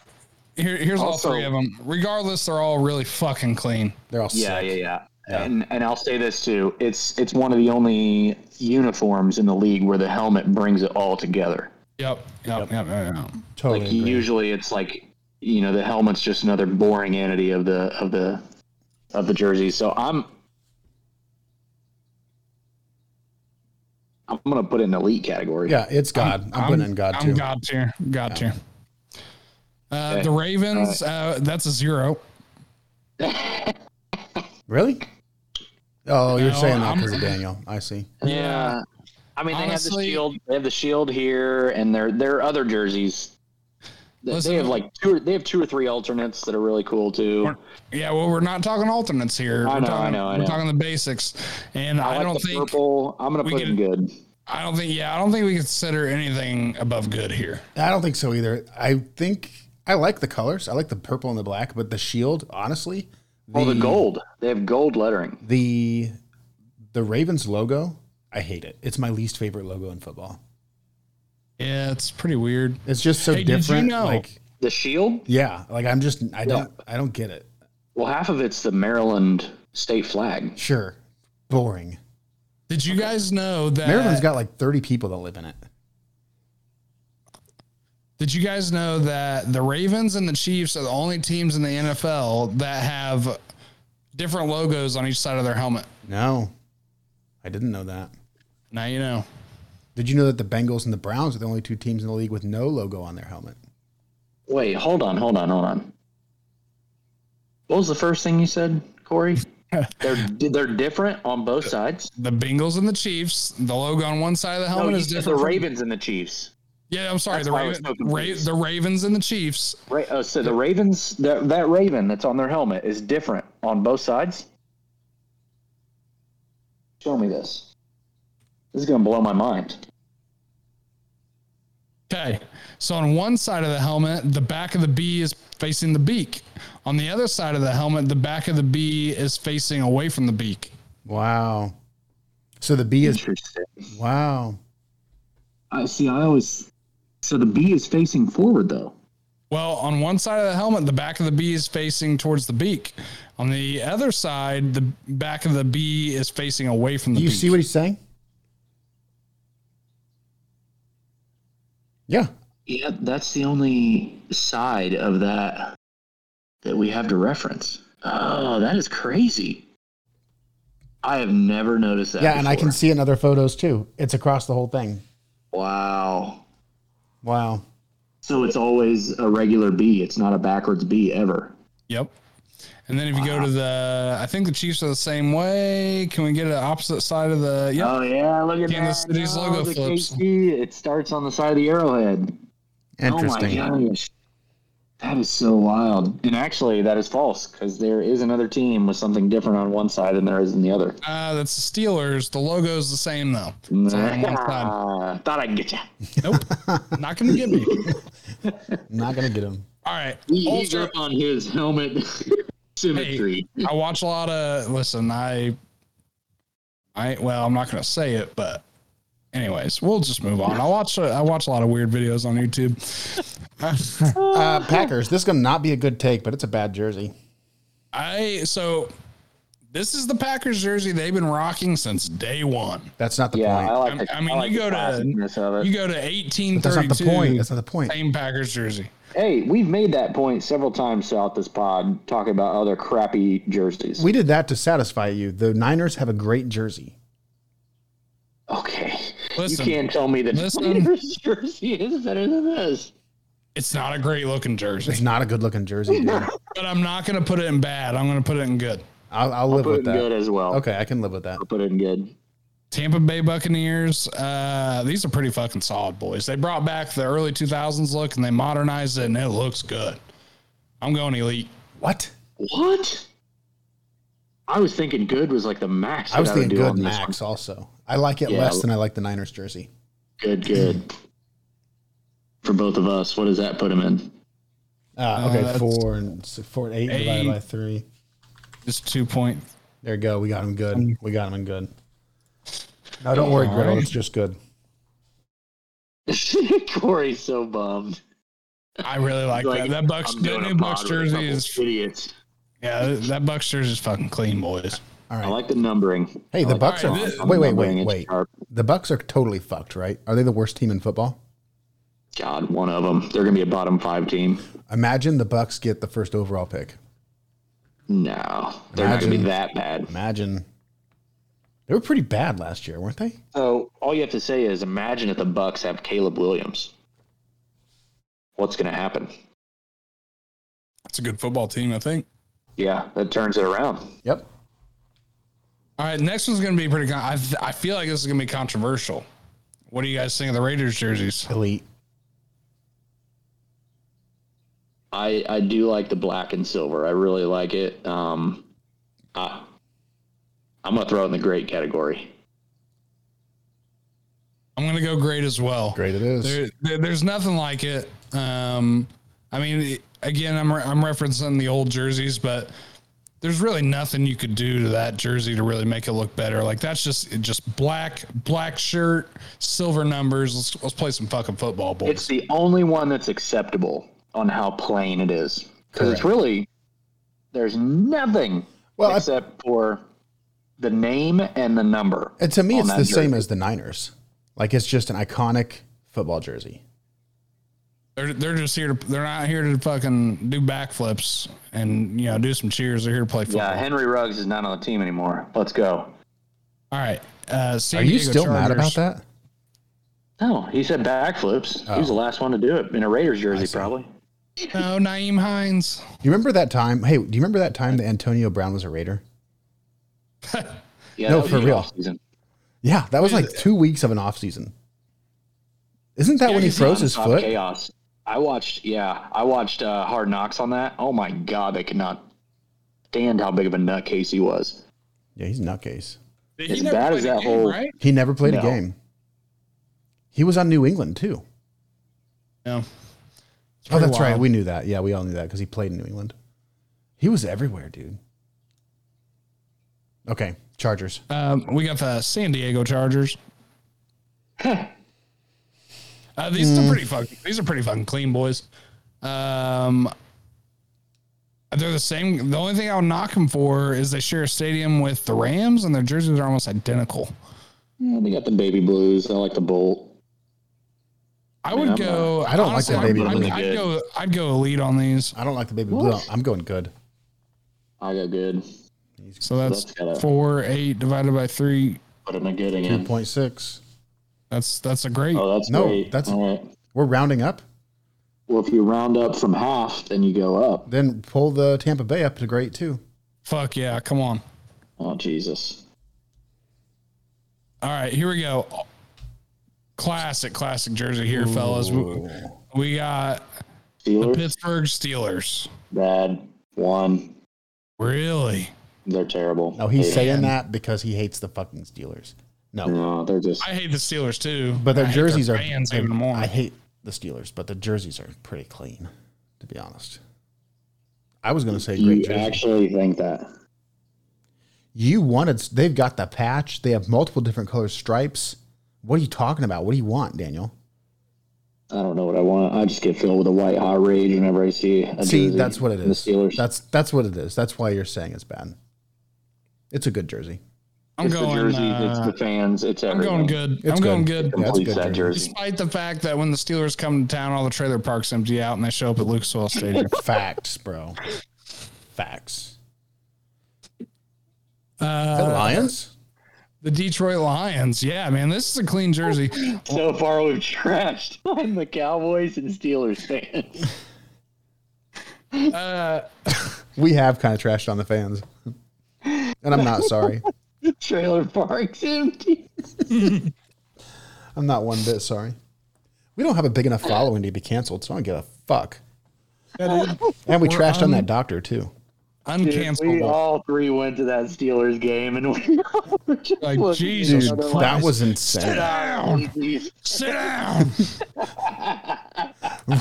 here, here's Also- all three of them. Regardless, they're all really fucking clean. They're all Yeah, sick. yeah, yeah, And and I'll say this too. It's it's one of the only uniforms in the league where the helmet brings it all together. Yep. Yep. Yep. Yep. yep, Totally. like agree. usually it's like you know the helmet's just another boring entity of the of the of the jersey so i'm i'm gonna put it in the elite category yeah, it's God. I'm, putting in God I'm too. God tier. God tier. Uh, The Ravens. Uh, that's a zero. Really? Oh, you're No, saying that I'm- because of Daniel. I see. Yeah. uh, i mean they have the Honestly- shield they have the shield here and their their other jerseys They- Listen- they have like two or- they have two or three alternates that are really cool too Yeah, well, we're not talking alternates here. I we're know, talking, I know, I We're know. talking the basics, and I, i, like don't the think purple i'm gonna we put can- them good I don't think yeah I don't think we consider anything above good here. I don't think so either. I think I like the colors. I like the purple and the black, but the shield, honestly, oh the gold they have gold lettering the the Ravens logo, I hate it. It's my least favorite logo in football. Yeah, it's pretty weird. It's just so Hey, did you different. know- Like the shield yeah, like I'm just I don't I don't get it. well half of it's the maryland state flag Sure. Boring. Did you guys know that? Maryland's got like 30 people that live in it. did you guys know that the Ravens and the Chiefs are the only teams in the NFL that have different logos on each side of their helmet? No, I didn't know that. Now you know. Did you know that the Bengals and the Browns are the only two teams in the league with no logo on their helmet? Wait, hold on, hold on, hold on. What was the first thing you said, Corey? they're they're different on both sides. The Bengals and the Chiefs. The logo on one side of the Oh, helmet you is said the different. from- Ravens and the Chiefs. yeah, I'm sorry. That's The, why I was Raven, so Ra- confused. the Ravens and the Chiefs. Right. Oh, so the Ravens, that that Raven that's on their helmet is different on both sides. Show me this. This is gonna blow my mind. Okay. So on one side of the helmet, the back of the bee is facing the beak. On the other side of the helmet, the back of the bee is facing away from the beak. Wow. So the B is Interesting. wow. I see. I always. So the B is facing forward though. Well, on one side of the helmet, the back of the bee is facing towards the beak. On the other side, the back of the bee is facing away from the Do you beak. see what he's saying? Yeah. Yeah, that's the only side of that that we have to reference. Oh, that is crazy. I have never noticed that. Yeah, and I before. can see it in other photos too. It's across the whole thing. Wow. Wow. So it's always a regular B. It's not a backwards B ever. Yep. And then if you go to the, I think the Chiefs are the same way. Can we get an opposite side of the? Yep. Oh yeah, look at Kansas that. City's logo the flips. KC, it starts on the side of the arrowhead. Interesting. Oh my gosh. That is so wild. And actually, that is false because there is another team with something different on one side than there is in the other. Uh, that's the Steelers. The logo's the same though. It's all on one side. Ah, Thought I'd get you. Nope. Not going to get me. Not gonna get him. All right. He's up on his helmet symmetry. I watch a lot of. Listen, I, I well, I'm not gonna say it, but anyways, we'll just move on. I watch a- I watch a lot of weird videos on YouTube. Uh, Packers. This is gonna not be a good take, but it's a bad jersey. I so this is the Packers jersey they've been rocking since day one. That's not the Yeah, point. I like. I mean, you go to- to. Of it. You go to 1832. That's not the point. That's not the point. Same Packers jersey. hey, we've made that point several times throughout this pod, talking about other crappy jerseys. We did that to satisfy you. The Niners have a great jersey. okay, Listen. you can't tell me that Listen. Niners jersey is better than this. It's not a great looking It's jersey, not a good looking jersey, dude. but I'm not gonna put it in bad. I'm gonna put it in good. I'll, I'll live Put with it in good that. as well. Okay, I can live with that. Put it in good. Tampa Bay Buccaneers. Uh, these are pretty fucking solid boys. They brought back the early 2000s look and they modernized it, and it looks good. I'm going elite. What? What? I was thinking good was like the max. I was that would thinking do good on this Max also. I like it Yeah. less than I like the Niners jersey. one. Good, good. For both of us, what does that put him in? Uh, okay, that's- four and s- four and eight Eight. divided by three. Just two point. There you go. We got him good. We got him in good. Um, No, don't worry, Griddle. It's just good. Corey's so bummed. I really like that. That Bucks, I'm doing that new a Bucks pod with a jersey couple is idiots. yeah. That Bucks jersey is fucking clean, boys. All I right. like the numbering. Hey, the Bucks are All right, this- wait, wait, numbering wait, is wait. sharp. The Bucks are totally fucked, right? Are they the worst team in football? God, one of them. They're gonna be a bottom five team. Imagine the Bucks get the first overall pick. No, they're not gonna be Imagine. that bad. Imagine. They were pretty bad last year, weren't they? So all you have to say is imagine if the Bucks have Caleb Williams. What's gonna happen? It's a good football team, I think. Yeah, that turns it around. Yep. All right, next one's gonna be pretty. Con- I th- I feel like this is gonna be controversial. What do you guys think of the Raiders jerseys? Elite. I I do like the black and silver. I really like it. Um, I, I'm gonna throw it in the great category. I'm gonna go great as well. Great it is. There, there, there's nothing like it. Um, I mean, it- again, I'm re- I'm referencing the old jerseys, but there's really nothing you could do to that jersey to really make it look better. Like that's just it just black black shirt, silver numbers. Let's let's play some fucking football, boys. It's the only one that's acceptable on how plain it is because it's Correct. really there's nothing Well, I- except for the name and the number. And to me, on it's that the same jersey. as the Niners. Like it's just an iconic football jersey. they're they're just here to they're not here to fucking do backflips and you know do some cheers. They're here to play football. yeah. Henry Ruggs is not on the team anymore. Let's go. All right. Uh, San Are you Diego still mad Chargers. about that? No, he said backflips. He Oh. was the last one to do it in a Raiders jersey, probably. No, Naeem Hines. You remember that time? Hey, do you remember that time that Antonio Brown was a Raider? Yeah, No, that was for the real. offseason. Yeah, that was like two weeks of an off season. Isn't that when he he's froze his nonstop foot? Chaos. I watched. Yeah, I watched uh, Hard Knocks on that. Oh my god, they could not stand how big of a nutcase he was. Yeah, he's a nutcase. He As never bad played as a that game, whole- right? He never played No. a game. He was on New England too. No. It's Oh, pretty that's right. wild. We knew that. Yeah, we all knew that because he played in New England. He was everywhere, dude. Okay, Chargers. Um, we got the San Diego Chargers. uh, these are pretty fucking. These are pretty fucking clean, boys. Um, they're the same. The only thing I'll knock them for is they share a stadium with the Rams, and their jerseys are almost identical. Hmm. Yeah, they got the baby blues. I like the bolt. I would I'm, go. I don't like the honestly, baby I'd, blue. I'd, I'd go. I'd go elite on these. I don't like the baby blue. I'm going good. I got good. So that's Let's get it. four eight divided by three. Put in a good Two again. point six. That's that's a great. Oh, that's No, great. that's- all right. We're rounding up. Well, if you round up from half, then you go up. Then pull the Tampa Bay up to great too. Fuck yeah! Come on. Oh Jesus. All right, here we go. Classic, classic jersey here, fellas. We, we got the Steelers Pittsburgh Steelers. bad one. Really? They're terrible. No, he's Hate 'em. saying that because he hates the fucking Steelers. No, No, they're just I hate the Steelers too. but their I hate jerseys are. fans they're- even more. I hate the Steelers, but the jerseys are pretty clean, to be honest. I was going to say Do you great jersey. actually think that? You wanted. They've got the patch. They have multiple different color stripes. What are you talking about? What do you want, Daniel? I don't know what I want. I just get filled with a white hot rage whenever I see a See, jersey that's what it in The is. Steelers. That's that's what it is. That's why you're saying it's bad. It's a good jersey. I'm it's going. the jerseys, uh, it's the fans, it's I'm everything. going good. It's I'm going good. Yeah, it's a Complete good that jersey. Despite the fact that when the Steelers come to town, all the trailer parks empty out and they show up at Lucas Oil Stadium. Facts, bro. Facts. Uh, the Lions. the Detroit Lions. Yeah, man, this is a clean jersey. So far, we've trashed on the Cowboys and Steelers fans. We have kind of trashed on the fans, and I'm not sorry. Trailer parks empty. I'm not one bit sorry. We don't have a big enough following to be canceled, so I don't give a fuck. And we trashed um, on that doctor too. Dude, we Uncancelable. all three went to that Steelers game, and we were just Like, looking at Jesus each other That Christ. was insane. like, "Jeez." Sit down.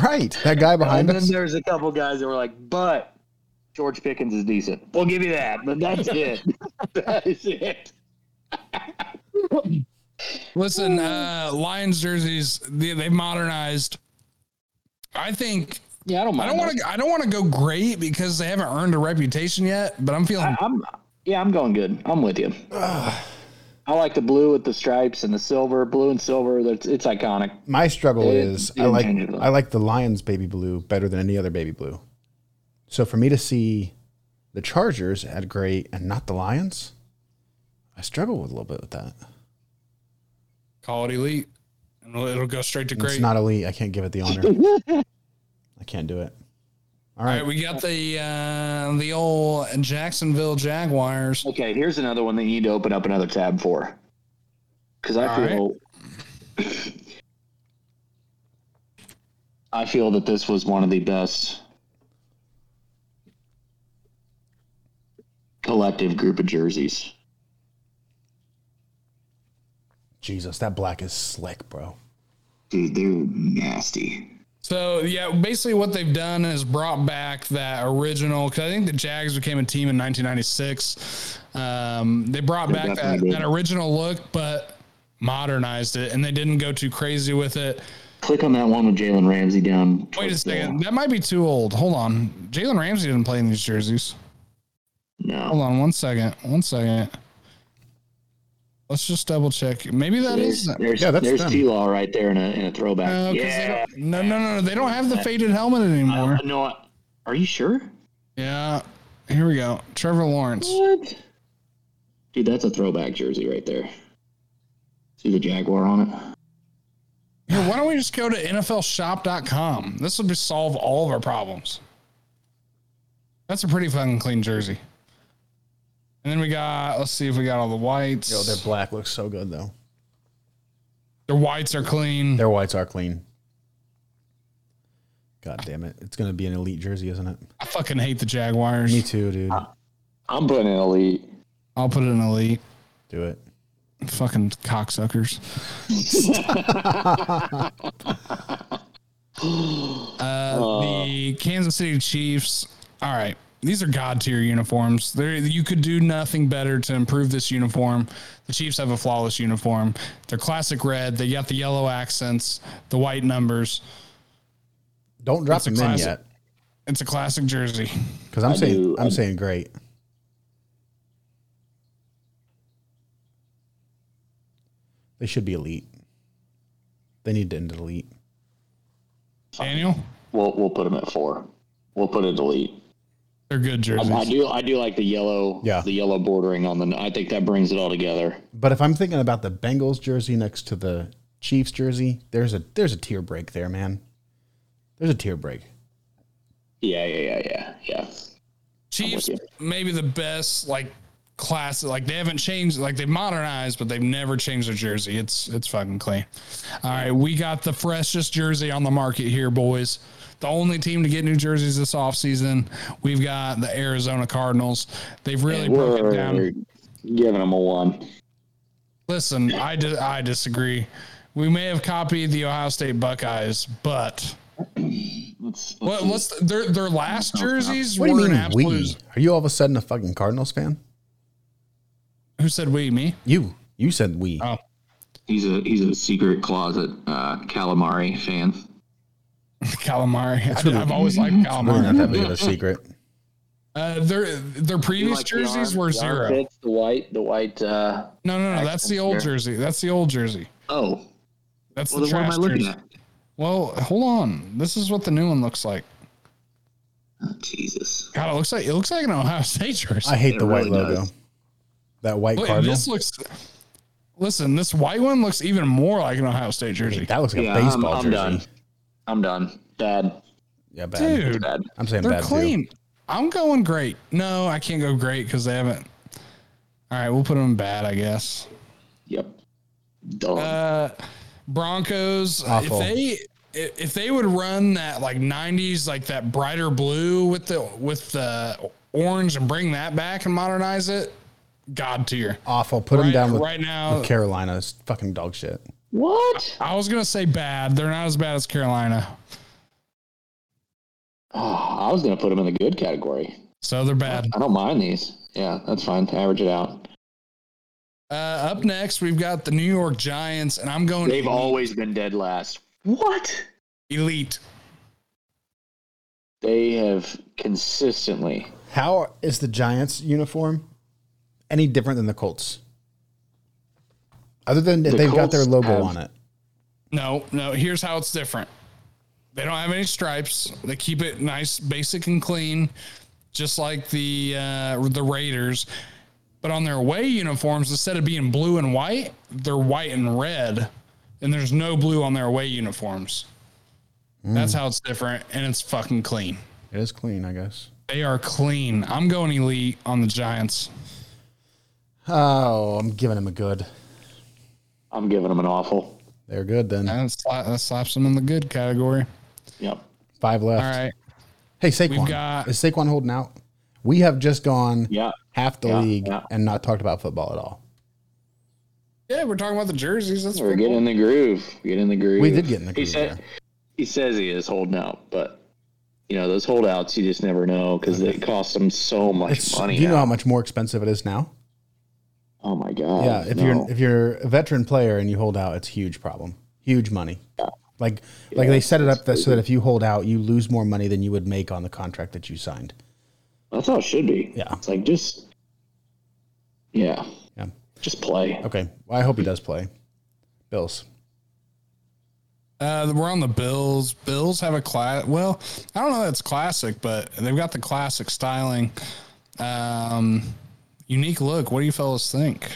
Right. That guy And behind then us. there's a couple guys that were like, but George Pickens is decent. We'll give you that, but that's it. that is it. Listen, uh, Lions jerseys they, they modernized. I think Yeah, I don't I mind. don't want to. I don't want to go great because they haven't earned a reputation yet. But I'm feeling I'm yeah, I'm going good. I'm with you. I like the blue with the stripes and the silver, blue and silver. That's it's iconic. My struggle It- is it I like changes a lot. I like the Lions baby blue better than any other baby blue. So for me to see the Chargers at gray and not the Lions, I struggle with a little bit with that. call it elite, and it'll, it'll go straight to great. It's not elite. I can't give it the honor. I can't do it. All All right. right, we got the uh, the old Jacksonville Jaguars. Okay, here's another one that you need to open up another tab for. Because I All feel I feel that this was one of the best collective group of jerseys. Jesus, that black is slick, bro. Dude, they're nasty. So yeah, basically what they've done is brought back that original. Because I think the Jags became a team in 1996. Um, they brought back that, definitely did. that original look, but modernized it, and they didn't go too crazy with it. Click on that one with Jalen Ramsey down. Wait a towards the- second, that might be too old. Hold on, Jalen Ramsey didn't play in these jerseys. No. Hold on one second. One second. Let's just double check. Maybe that There's is. Uh, there's, Yeah, that's there's them. T-Law right there in a, in a throwback. 'cause they yeah. don't- No, no, no, no. They don't have the faded helmet anymore. No, I- are you sure? Yeah. Here we go. Trevor Lawrence. What? Dude, that's a throwback jersey right there. See the Jaguar on it? Here, why don't we just go to NFLShop.com? This would be solve all of our problems. That's a pretty fucking clean jersey. And then we got. Let's see if we got all the whites. Yo, their black looks so good though. Their whites are clean. Their whites are clean. God damn it. It's gonna be an elite jersey, isn't it? I fucking hate the Jaguars. Me too, dude. Uh, I'm putting an elite. I'll put it in elite. Do it. Fucking cocksuckers. uh, the Kansas City Chiefs. All right. These are god tier uniforms. There, you could do nothing better to improve this uniform. The Chiefs have a flawless uniform. They're classic red. They got the yellow accents, the white numbers. Don't drop It's a them in classic. yet. It's a classic jersey. Because I'm saying do- um, I'm saying great. They should be elite. They need to end it elite. Daniel, We'll we'll put them at four. We'll put an elite. they're good jerseys. I do I do like the yellow. Yeah. The yellow bordering on the. I think that brings it all together. But if I'm thinking about the Bengals jersey next to the Chiefs jersey, there's a there's a tear break there, man. There's a tear break. Yeah, yeah, yeah, yeah, yeah. Chiefs you. maybe the best like class like they haven't changed like they've modernized but they've never changed their jersey. It's it's fucking clean. All right, we got the freshest jersey on the market here, boys. The only team to get new jerseys this offseason. We've got the Arizona Cardinals. They've really broken down. We're giving them a one. Listen, I di- I disagree. We may have copied the Ohio State Buckeyes, but Let's, let's what, see. what's the, their their last jerseys What do were you an mean absolute. we? Are you all of a sudden a fucking Cardinals fan? Who said we? Me? You you said we. Oh, he's a he's a secret closet uh, calamari fan. calamari. I, have always liked Really calamari. not that big of a secret. Uh, their their previous jerseys were zero. The white, the white. Uh, No, no, no. That's the old Sure. jersey. That's the old jersey. oh, That's well, the then what am trash I looking jersey. at? Well, hold on. This is what the new one looks like. Oh, Jesus. God, it looks like it looks like an Ohio State jersey. I hate It the white really logo. does. That white Look, cardinal. this looks. Listen, this white one looks even more like an Ohio State jersey. that looks like Yeah, a I'm- baseball I'm jersey. done. I'm done. Bad, Yeah, bad. Dude, bad. I'm saying they're bad too. clean. I'm going great. No, I can't go great because they haven't. All right, we'll put them bad, I guess. Yep. Done. Uh, Broncos. Awful. If they if if they would run that like '90s, like that brighter blue with the with the orange, and bring that back and modernize it, god tier. Awful. Put them Right- down with, right now- with Carolina. It's fucking dog shit. what? I was gonna say bad. They're not as bad as Carolina, Oh, I was gonna put them in the good category. so they're bad. I don't mind these. Yeah, that's fine. Average it out. Uh, up next, we've got the New York Giants, and I'm going They've elite. always been dead last. What? elite. They have consistently. How is the Giants uniform any different than the Colts? Other than that The they've got their Colts logo have- on it. No, no. Here's how it's different. They don't have any stripes. They keep it nice, basic, and clean, just like the uh, the Raiders. But on their away uniforms, instead of being blue and white, they're white and red, and there's no blue on their away uniforms. That's how it's different, and it's fucking clean. It is clean, I guess. They are clean. I'm going elite on the Giants. Oh, I'm giving them a good. I'm giving them an awful. They're good then. That, sla- that slaps them in the good category. Yep. Five left. All right. Hey Saquon, We've got- is Saquon holding out? We have just gone Yeah. half the Yeah, league yeah. and not talked about football at all. Yeah, we're talking about the jerseys. That's We're pretty getting in the groove. Get in the groove. We did get in the He groove said there. he says he is holding out, but you know those holdouts you just never know because it costs them so much It's, do money. you know now. how much more expensive it is now? oh my god. yeah, if no. you're if you're a veteran player and you hold out, it's a huge problem. Huge money. Like like they set it up that so that if you hold out, you lose more money than you would make on the contract that you signed. that's how it should be. Yeah. It's like just yeah, Yeah. just play. Okay. Well, I hope he does play. Bills. Uh, we're on the Bills. Bills have a class. Well, I don't know. That's classic, but they've got the classic styling, um, unique look. What do you fellas think?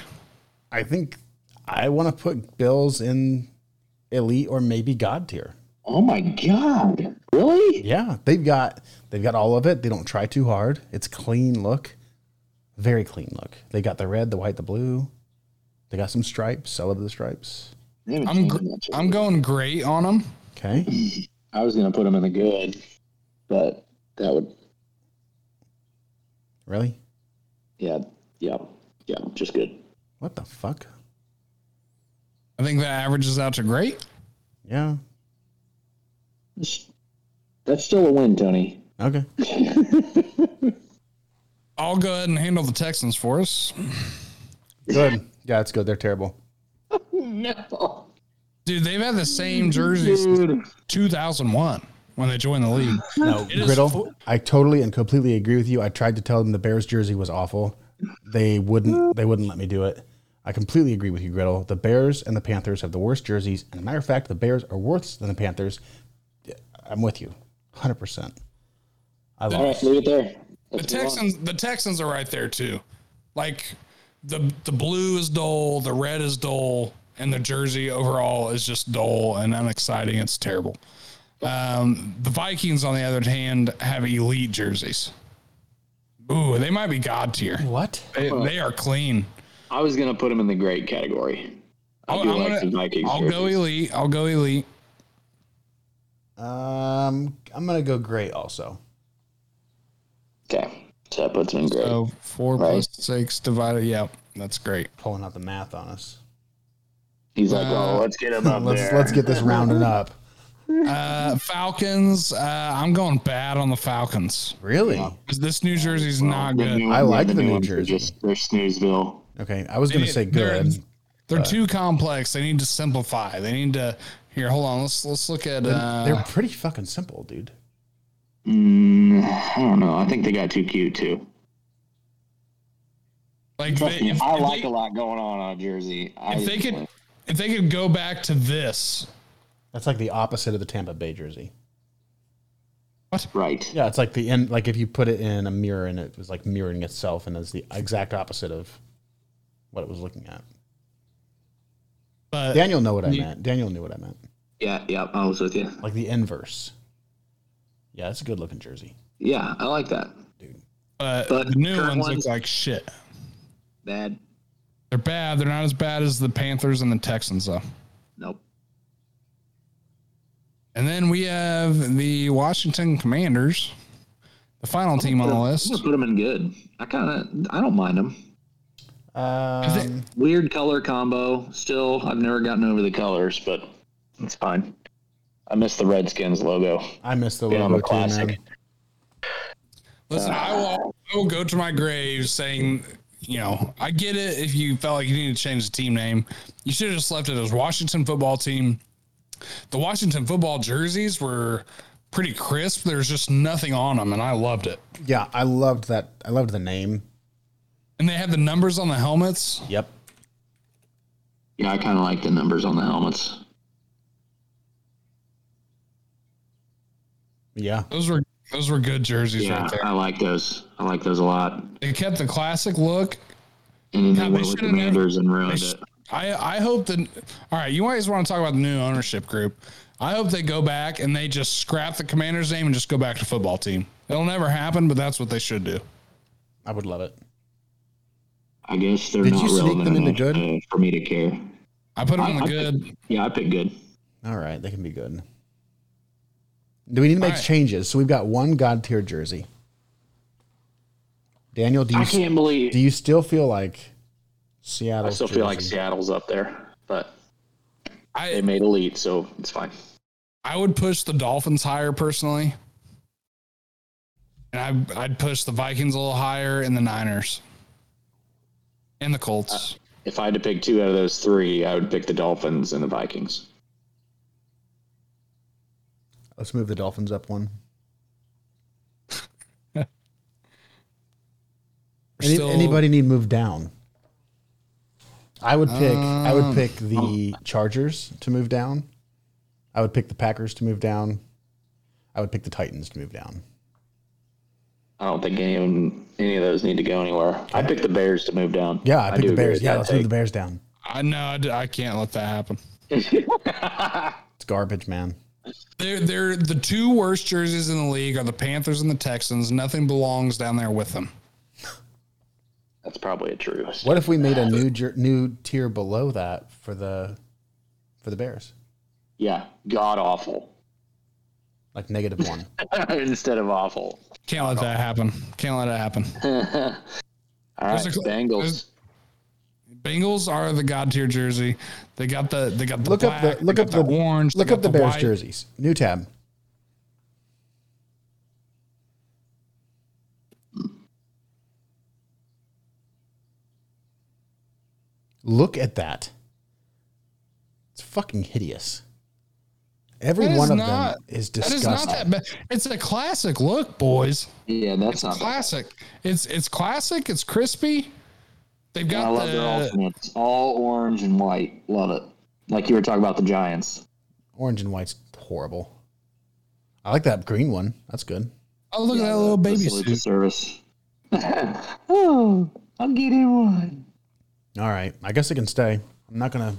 I think I want to put Bills in elite or maybe god tier. Oh my god. Really? Yeah, they've got they've got all of it. They don't try too hard. It's clean look, very clean look. They got the red, the white, the blue. They got some stripes. I love the stripes. They haven't I'm changed gr- much. I'm going great on them. Okay, I was gonna put them in the good, but that would really? yeah yeah yeah just good. What the fuck? I think that averages out to great. Yeah. Just- That's still a win, Tony. Okay. I'll go ahead and handle the Texans for us, Good. Yeah, it's good. They're terrible. No. dude. They've had the same jersey since 2001 when they joined the league. No, is Griddle. I totally and completely agree with you. I tried to tell them the Bears jersey was awful. They wouldn't. They wouldn't let me do it. I completely agree with you, Griddle. The Bears and the Panthers have the worst jerseys. And as a matter of fact, the Bears are worse than the Panthers. I'm with you, hundred percent. I All love right, leave it there. The Texans, the Texans are right there too. Like the the blue is dull, the red is dull, and the jersey overall is just dull and unexciting. It's terrible. Um, the Vikings, on the other hand, have elite jerseys. Ooh, they might be god tier. What? They, they are clean. I was gonna put him in the great category. I I'll, do I'm like gonna- the Vikings. I'll go jerseys. elite. I'll go elite. Um, I'm gonna go great also. Okay, so that puts him in great. So Oh, four Right. plus six divided. Yeah, that's great. Pulling out the math on us. He's like, oh, let's get him up Let's there. let's get this rounded up. Uh, Falcons. Uh, I'm going bad on the Falcons. Really? 'Cause This New Jersey's not The good. new- I like the New ones are Jersey. just- They're Snoozeville. Okay, I was gonna They- say they're- good. They're too complex. They need to simplify. They need to. Here, hold on. Let's let's look at. They're Uh, pretty fucking simple, dude. Mm, I don't know. I think they got too cute too. like Trust they, me, if, I if like they, a lot going on on Jersey. I, if they could if they could go back to this. That's like the opposite of the Tampa Bay jersey. right. Yeah, it's like the end. Like if you put it in a mirror and it was like mirroring itself, and it's the exact opposite of what it was looking at. But Daniel know what I meant. Daniel knew what I meant. Yeah, yeah, I was with you. Like the inverse. Yeah, it's a good looking jersey. Yeah, I like that. but, but the new current ones look ones- like shit. Bad. They're bad. They're not as bad as the Panthers and the Texans though. Nope. And then we have the Washington Commanders, the final team on the I'm list. gonna put them in good. I kind of, I don't mind them. Um, think- Weird color combo. Still, I've never gotten over the colors, but it's fine. I miss the Redskins logo. I miss the Yeah, I'm logo a too, man. classic. Listen, I will I will go to my grave saying, you know, I get it if you felt like you needed to change the team name. You should have just left it as Washington football team. The Washington football jerseys were pretty crisp. There's just nothing on them, and I loved it. Yeah, I loved that. I loved the name. And they had the numbers on the helmets. Yep. Yeah, I kind of like the numbers on the helmets. Yeah. Those were those were good jerseys Yeah, right there. I like those. I like those a lot. They kept the classic look. And then God, they they went with should've the never- Commanders and ruined sh- it. I I hope that all right. You always want to talk about the new ownership group. I hope they go back and they just scrap the commander's name and just go back to football team. It'll never happen, but that's what they should do. I would love it. I guess they're Did not you sneak relevant them into enough good? to- for me to care. I put them I- on the I- good. Yeah, I picked good. All right, they can be good. Do we need to make All right. changes? So we've got one god tier jersey. Daniel, do you I can't believe. do you still feel like Seattle? I still feel like Seattle's up there, but they I made elite, so it's fine. I would push the Dolphins higher personally, and I I'd push the Vikings a little higher and the Niners and the Colts. If I had to pick two out of those three, I would pick the Dolphins and the Vikings. Let's move the Dolphins up one. Any, Still- anybody need move down? I would pick. I would pick the Chargers to move down. I would pick the Packers to move down. I would pick the Titans to move down. I don't think any of them, any of those need to go anywhere. I picked the Bears to move down. Yeah, I pick do the agree Bears. with Yeah, that let's take. move the Bears down. I know I, d- I can't let that happen. It's garbage, man. They're, they're the two worst jerseys in the league are the Panthers and the Texans. Nothing belongs down there with them. That's probably a true. What if we made a new jer- new tier below that for the for the Bears, Yeah, god awful like negative one? instead of awful. Can't let that happen. Can't let it happen. All right, There's a- Bengals. Bengals are the god tier jersey. They got the they got the Look black, up the look they up the got orange. they Look got up the, Bears white. jerseys. New tab. Look at that. It's fucking hideous. Every That is one of not- them is That is disgusting. not that bad. It's a classic look, boys. Yeah, that's not. bad. Classic. It's it's classic. It's crispy. They've I got love their the alternates, all orange and white. Love it. Like you were talking about the Giants. Orange and white's horrible. I like that green one. That's good. oh look at that little baby Salute to suit. service. oh, I'm getting one. All right. I guess it can stay. I'm not gonna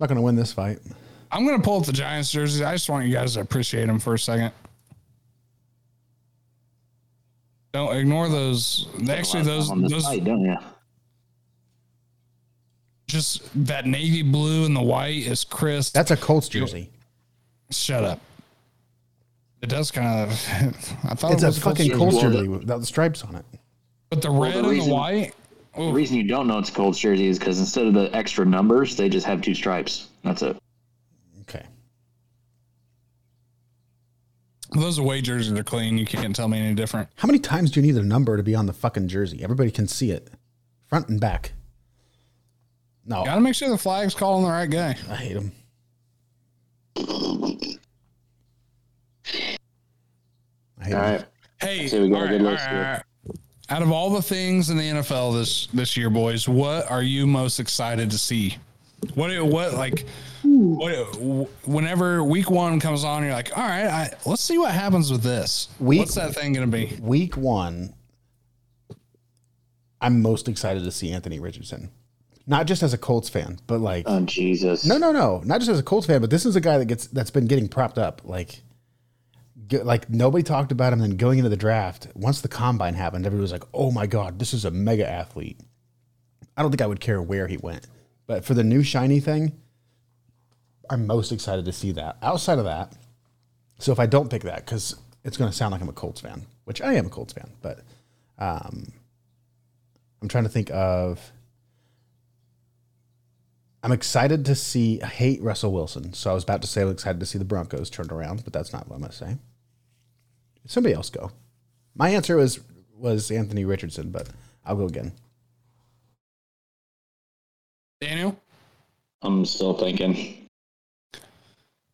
Not going to win this fight. I'm gonna pull up the Giants jerseys. I just want you guys to appreciate them for a second. Don't ignore those. Actually, those on this those fight, don't you? just that navy blue and the white is crisp. That's a Colts jersey. Shut up. It does kind of. I thought It's it a Oh, was fucking cool, Colts Colts jersey. jersey without the stripes on it. but the red the and reason- the white. The reason you don't know it's a Colts jersey is because instead of the extra numbers, they just have two stripes. That's it. Okay. Those away jerseys are clean. You can't tell me any different. How many times do you need a number to be on the fucking jersey? Everybody can see it, front and back. No, Got to make sure the flag's calling the right guy. I hate them. I hate All 'em. right. Hey, See, we got a all good right, list all here. right. out of all the things in the NFL this this year, boys, what are you most excited to see? What what like what whenever week one comes on, you're like, all right, I, let's see what happens with this. Week- What's that thing gonna be? Week one, I'm most excited to see Anthony Richardson. Not just as a Colts fan, but like Oh Jesus. No, no, no. Not just as a Colts fan, but this is a guy that gets that's been getting propped up. Like, get, like nobody talked about him. Then going into the draft, once the combine happened, everybody was like, "Oh my god, this is a mega athlete." I don't think I would care where he went, but for the new shiny thing, I'm most excited to see that. Outside of that, so if I don't pick that, because it's going to sound like I'm a Colts fan, which I am a Colts fan, but um, I'm trying to think of. I'm excited to see. I hate Russell Wilson, so I was about to say I'm excited to see the Broncos turned around, but that's not what I'm going to say. Somebody else go. My answer was was Anthony Richardson, but I'll go again. Daniel, I'm still thinking.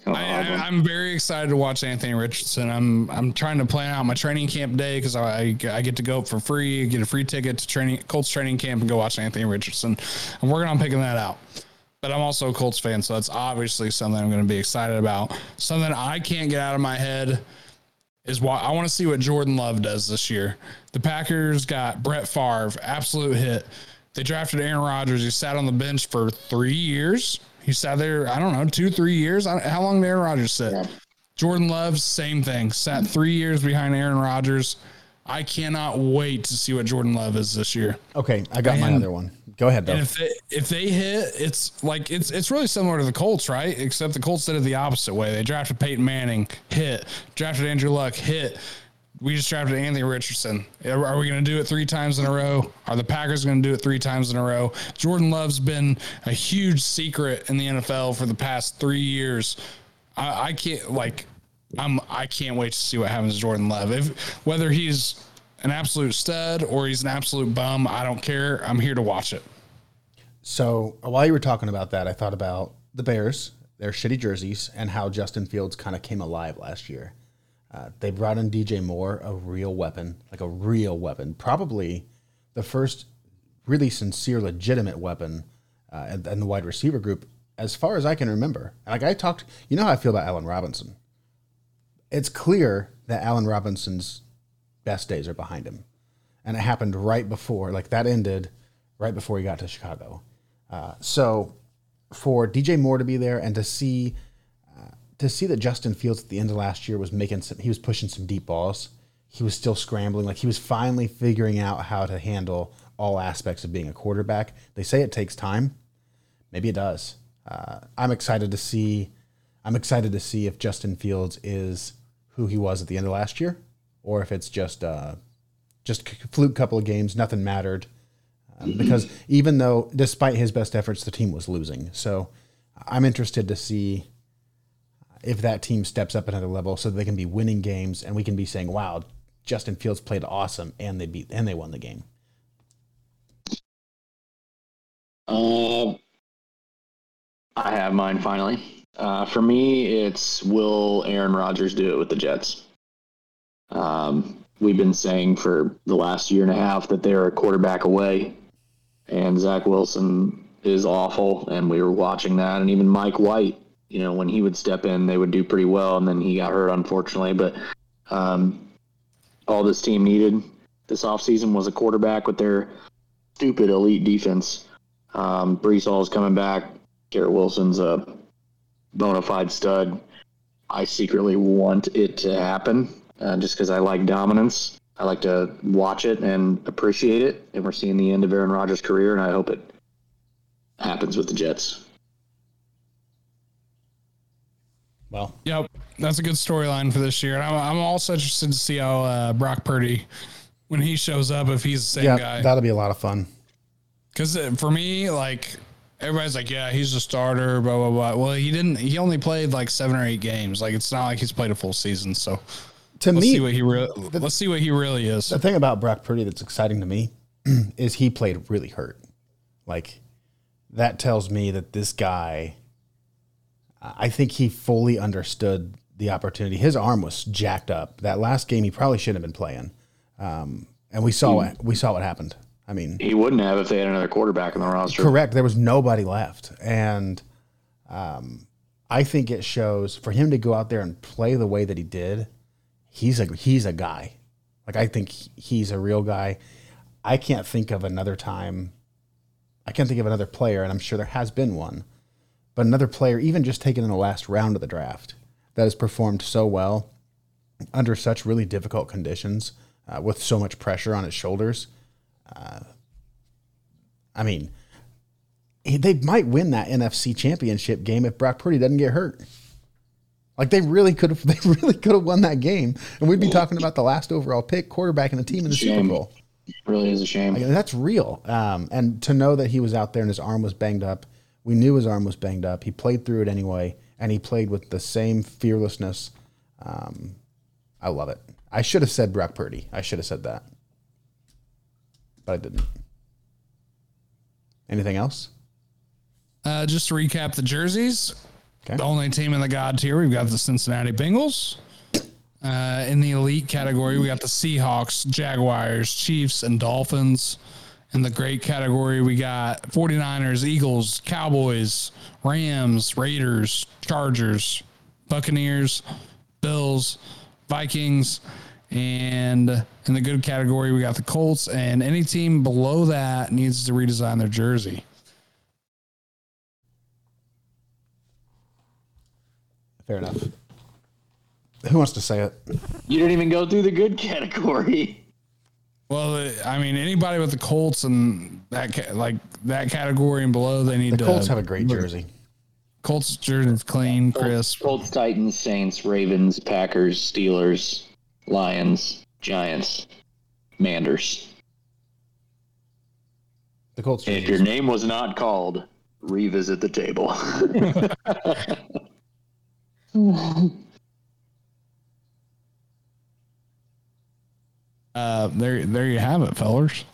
Come I, on. I, I'm very excited to watch Anthony Richardson. I'm I'm trying to plan out my training camp day because I I get to go for free, get a free ticket to training Colts training camp, and go watch Anthony Richardson. I'm working on picking that out. But I'm also a Colts fan, so that's obviously something I'm going to be excited about. Something I can't get out of my head is why I want to see what Jordan Love does this year. The Packers got Brett Favre, absolute hit. They drafted Aaron Rodgers. He sat on the bench for three years. He sat there, I don't know, two, three years. I, how long did Aaron Rodgers sit? Jordan Love, same thing. Sat three years behind Aaron Rodgers. I cannot wait to see what Jordan Love is this year. Okay, I got my And- other one. Go ahead though. And if they, if they hit, it's like it's it's really similar to the Colts, right? Except the Colts did it the opposite way. They drafted Peyton Manning, hit. Drafted Andrew Luck, hit. We just drafted Anthony Richardson. Are are we going to do it three times in a row? Are the Packers going to do it three times in a row? Jordan Love's been a huge secret in the NFL for the past three years. I, I can't like I'm I can't wait to see what happens to Jordan Love. If whether he's an absolute stud or he's an absolute bum, I don't care. I'm here to watch it. So uh, while you were talking about that, I thought about the Bears, their shitty jerseys, and how Justin Fields kind of came alive last year. Uh, they brought in DJ Moore, a real weapon, like a real weapon, probably the first really sincere, legitimate weapon uh, in, in the wide receiver group, as far as I can remember. Like I talked, you know how I feel about Allen Robinson. It's clear that Allen Robinson's best days are behind him, and it happened right before, like that ended right before he got to Chicago. So for DJ Moore to be there and to see uh, to see that Justin Fields at the end of last year was making some he was pushing some deep balls. He was still scrambling like he was finally figuring out how to handle all aspects of being a quarterback. They say it takes time. Maybe it does. Uh, I'm excited to see I'm excited to see if Justin Fields is who he was at the end of last year or if it's just uh, just c- fluke couple of games, nothing mattered Um, because even though despite his best efforts the team was losing so i'm interested to see if that team steps up another level so they can be winning games and we can be saying wow justin fields played awesome and they beat and they won the game Uh, I have mine finally. Uh, for me, it's will Aaron Rodgers do it with the Jets? Um, we've been saying for the last year and a half that they're a quarterback away, and Zach Wilson is awful, and we were watching that, and even Mike White. You know, when he would step in, they would do pretty well, and then he got hurt, unfortunately. But um, all this team needed this offseason was a quarterback with their stupid elite defense. Um, Brees Hall's coming back. Garrett Wilson's a bona fide stud. I secretly want it to happen uh, just because I like dominance. I like to watch it and appreciate it. And we're seeing the end of Aaron Rodgers' career, and I hope it happens with the Jets. Well, Yep, that's a good storyline for this year, and I'm, I'm also interested to see how uh, Brock Purdy, when he shows up, if he's the same yeah, guy. that'll be a lot of fun. Because for me, like everybody's like, yeah, he's a starter, blah blah blah. Well, he didn't. He only played like seven or eight games. Like it's not like he's played a full season. So To let's me, see what he re- let's see what he really is. the thing about Brock Purdy that's exciting to me is he played really hurt. Like that tells me that this guy, I think he fully understood the opportunity. His arm was jacked up. That last game, he probably shouldn't have been playing, um, and we saw what we saw what happened. I mean, He wouldn't have if they had another quarterback on the roster. Correct. There was nobody left, and um, I think it shows for him to go out there and play the way that he did. He's a he's a guy. Like I think he's a real guy. I can't think of another time. I can't think of another player, and I'm sure there has been one, but another player, even just taken in the last round of the draft, that has performed so well under such really difficult conditions uh, with so much pressure on his shoulders. Uh, I mean, he- they might win that NFC championship game if Brock Purdy doesn't get hurt. Like they really could have, they really could have won that game, and we'd be talking about the last overall pick, quarterback, and the team in the Super Shame. Bowl. Really is a shame. Like, that's real. Um, and to know that he was out there and his arm was banged up, we knew his arm was banged up. He played through it anyway, and he played with the same fearlessness. Um, I love it. I should have said Brock Purdy. I should have said that, but I didn't. Anything else? Uh, just to recap the jerseys, Okay. the only team in the God tier, we've got the Cincinnati Bengals. Uh, in the elite category, we got the Seahawks, Jaguars, Chiefs, and Dolphins. In the great category, we got 49ers, Eagles, Cowboys, Rams, Raiders, Chargers, Buccaneers, Bills, Vikings. And in the good category, we got the Colts. And any team below that needs to redesign their jersey. Fair enough. Who wants to say it? You didn't even go through the good category. Well, uh, I mean, anybody with the Colts and that ca- like that category and below, they need The to. Colts have a great jersey. Colts jersey is clean, crisp. Colts, Titans, Saints, Ravens, Packers, Steelers, Lions, Giants, Manders. The Colts If jersey. your name was not called, revisit the table. Uh, there, there you have it, fellers.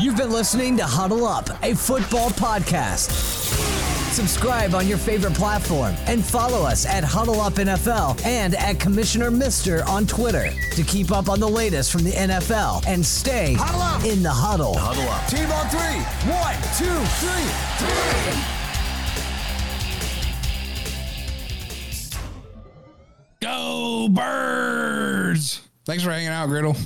You've been listening to Huddle Up, a football podcast. Subscribe on your favorite platform and follow us at Huddle Up NFL and at Commissioner Mister on Twitter to keep up on the latest from the NFL and stay Huddle up. in the huddle. Huddle up. Team on three. One, two, three. Go birds! Thanks for hanging out, Griddle.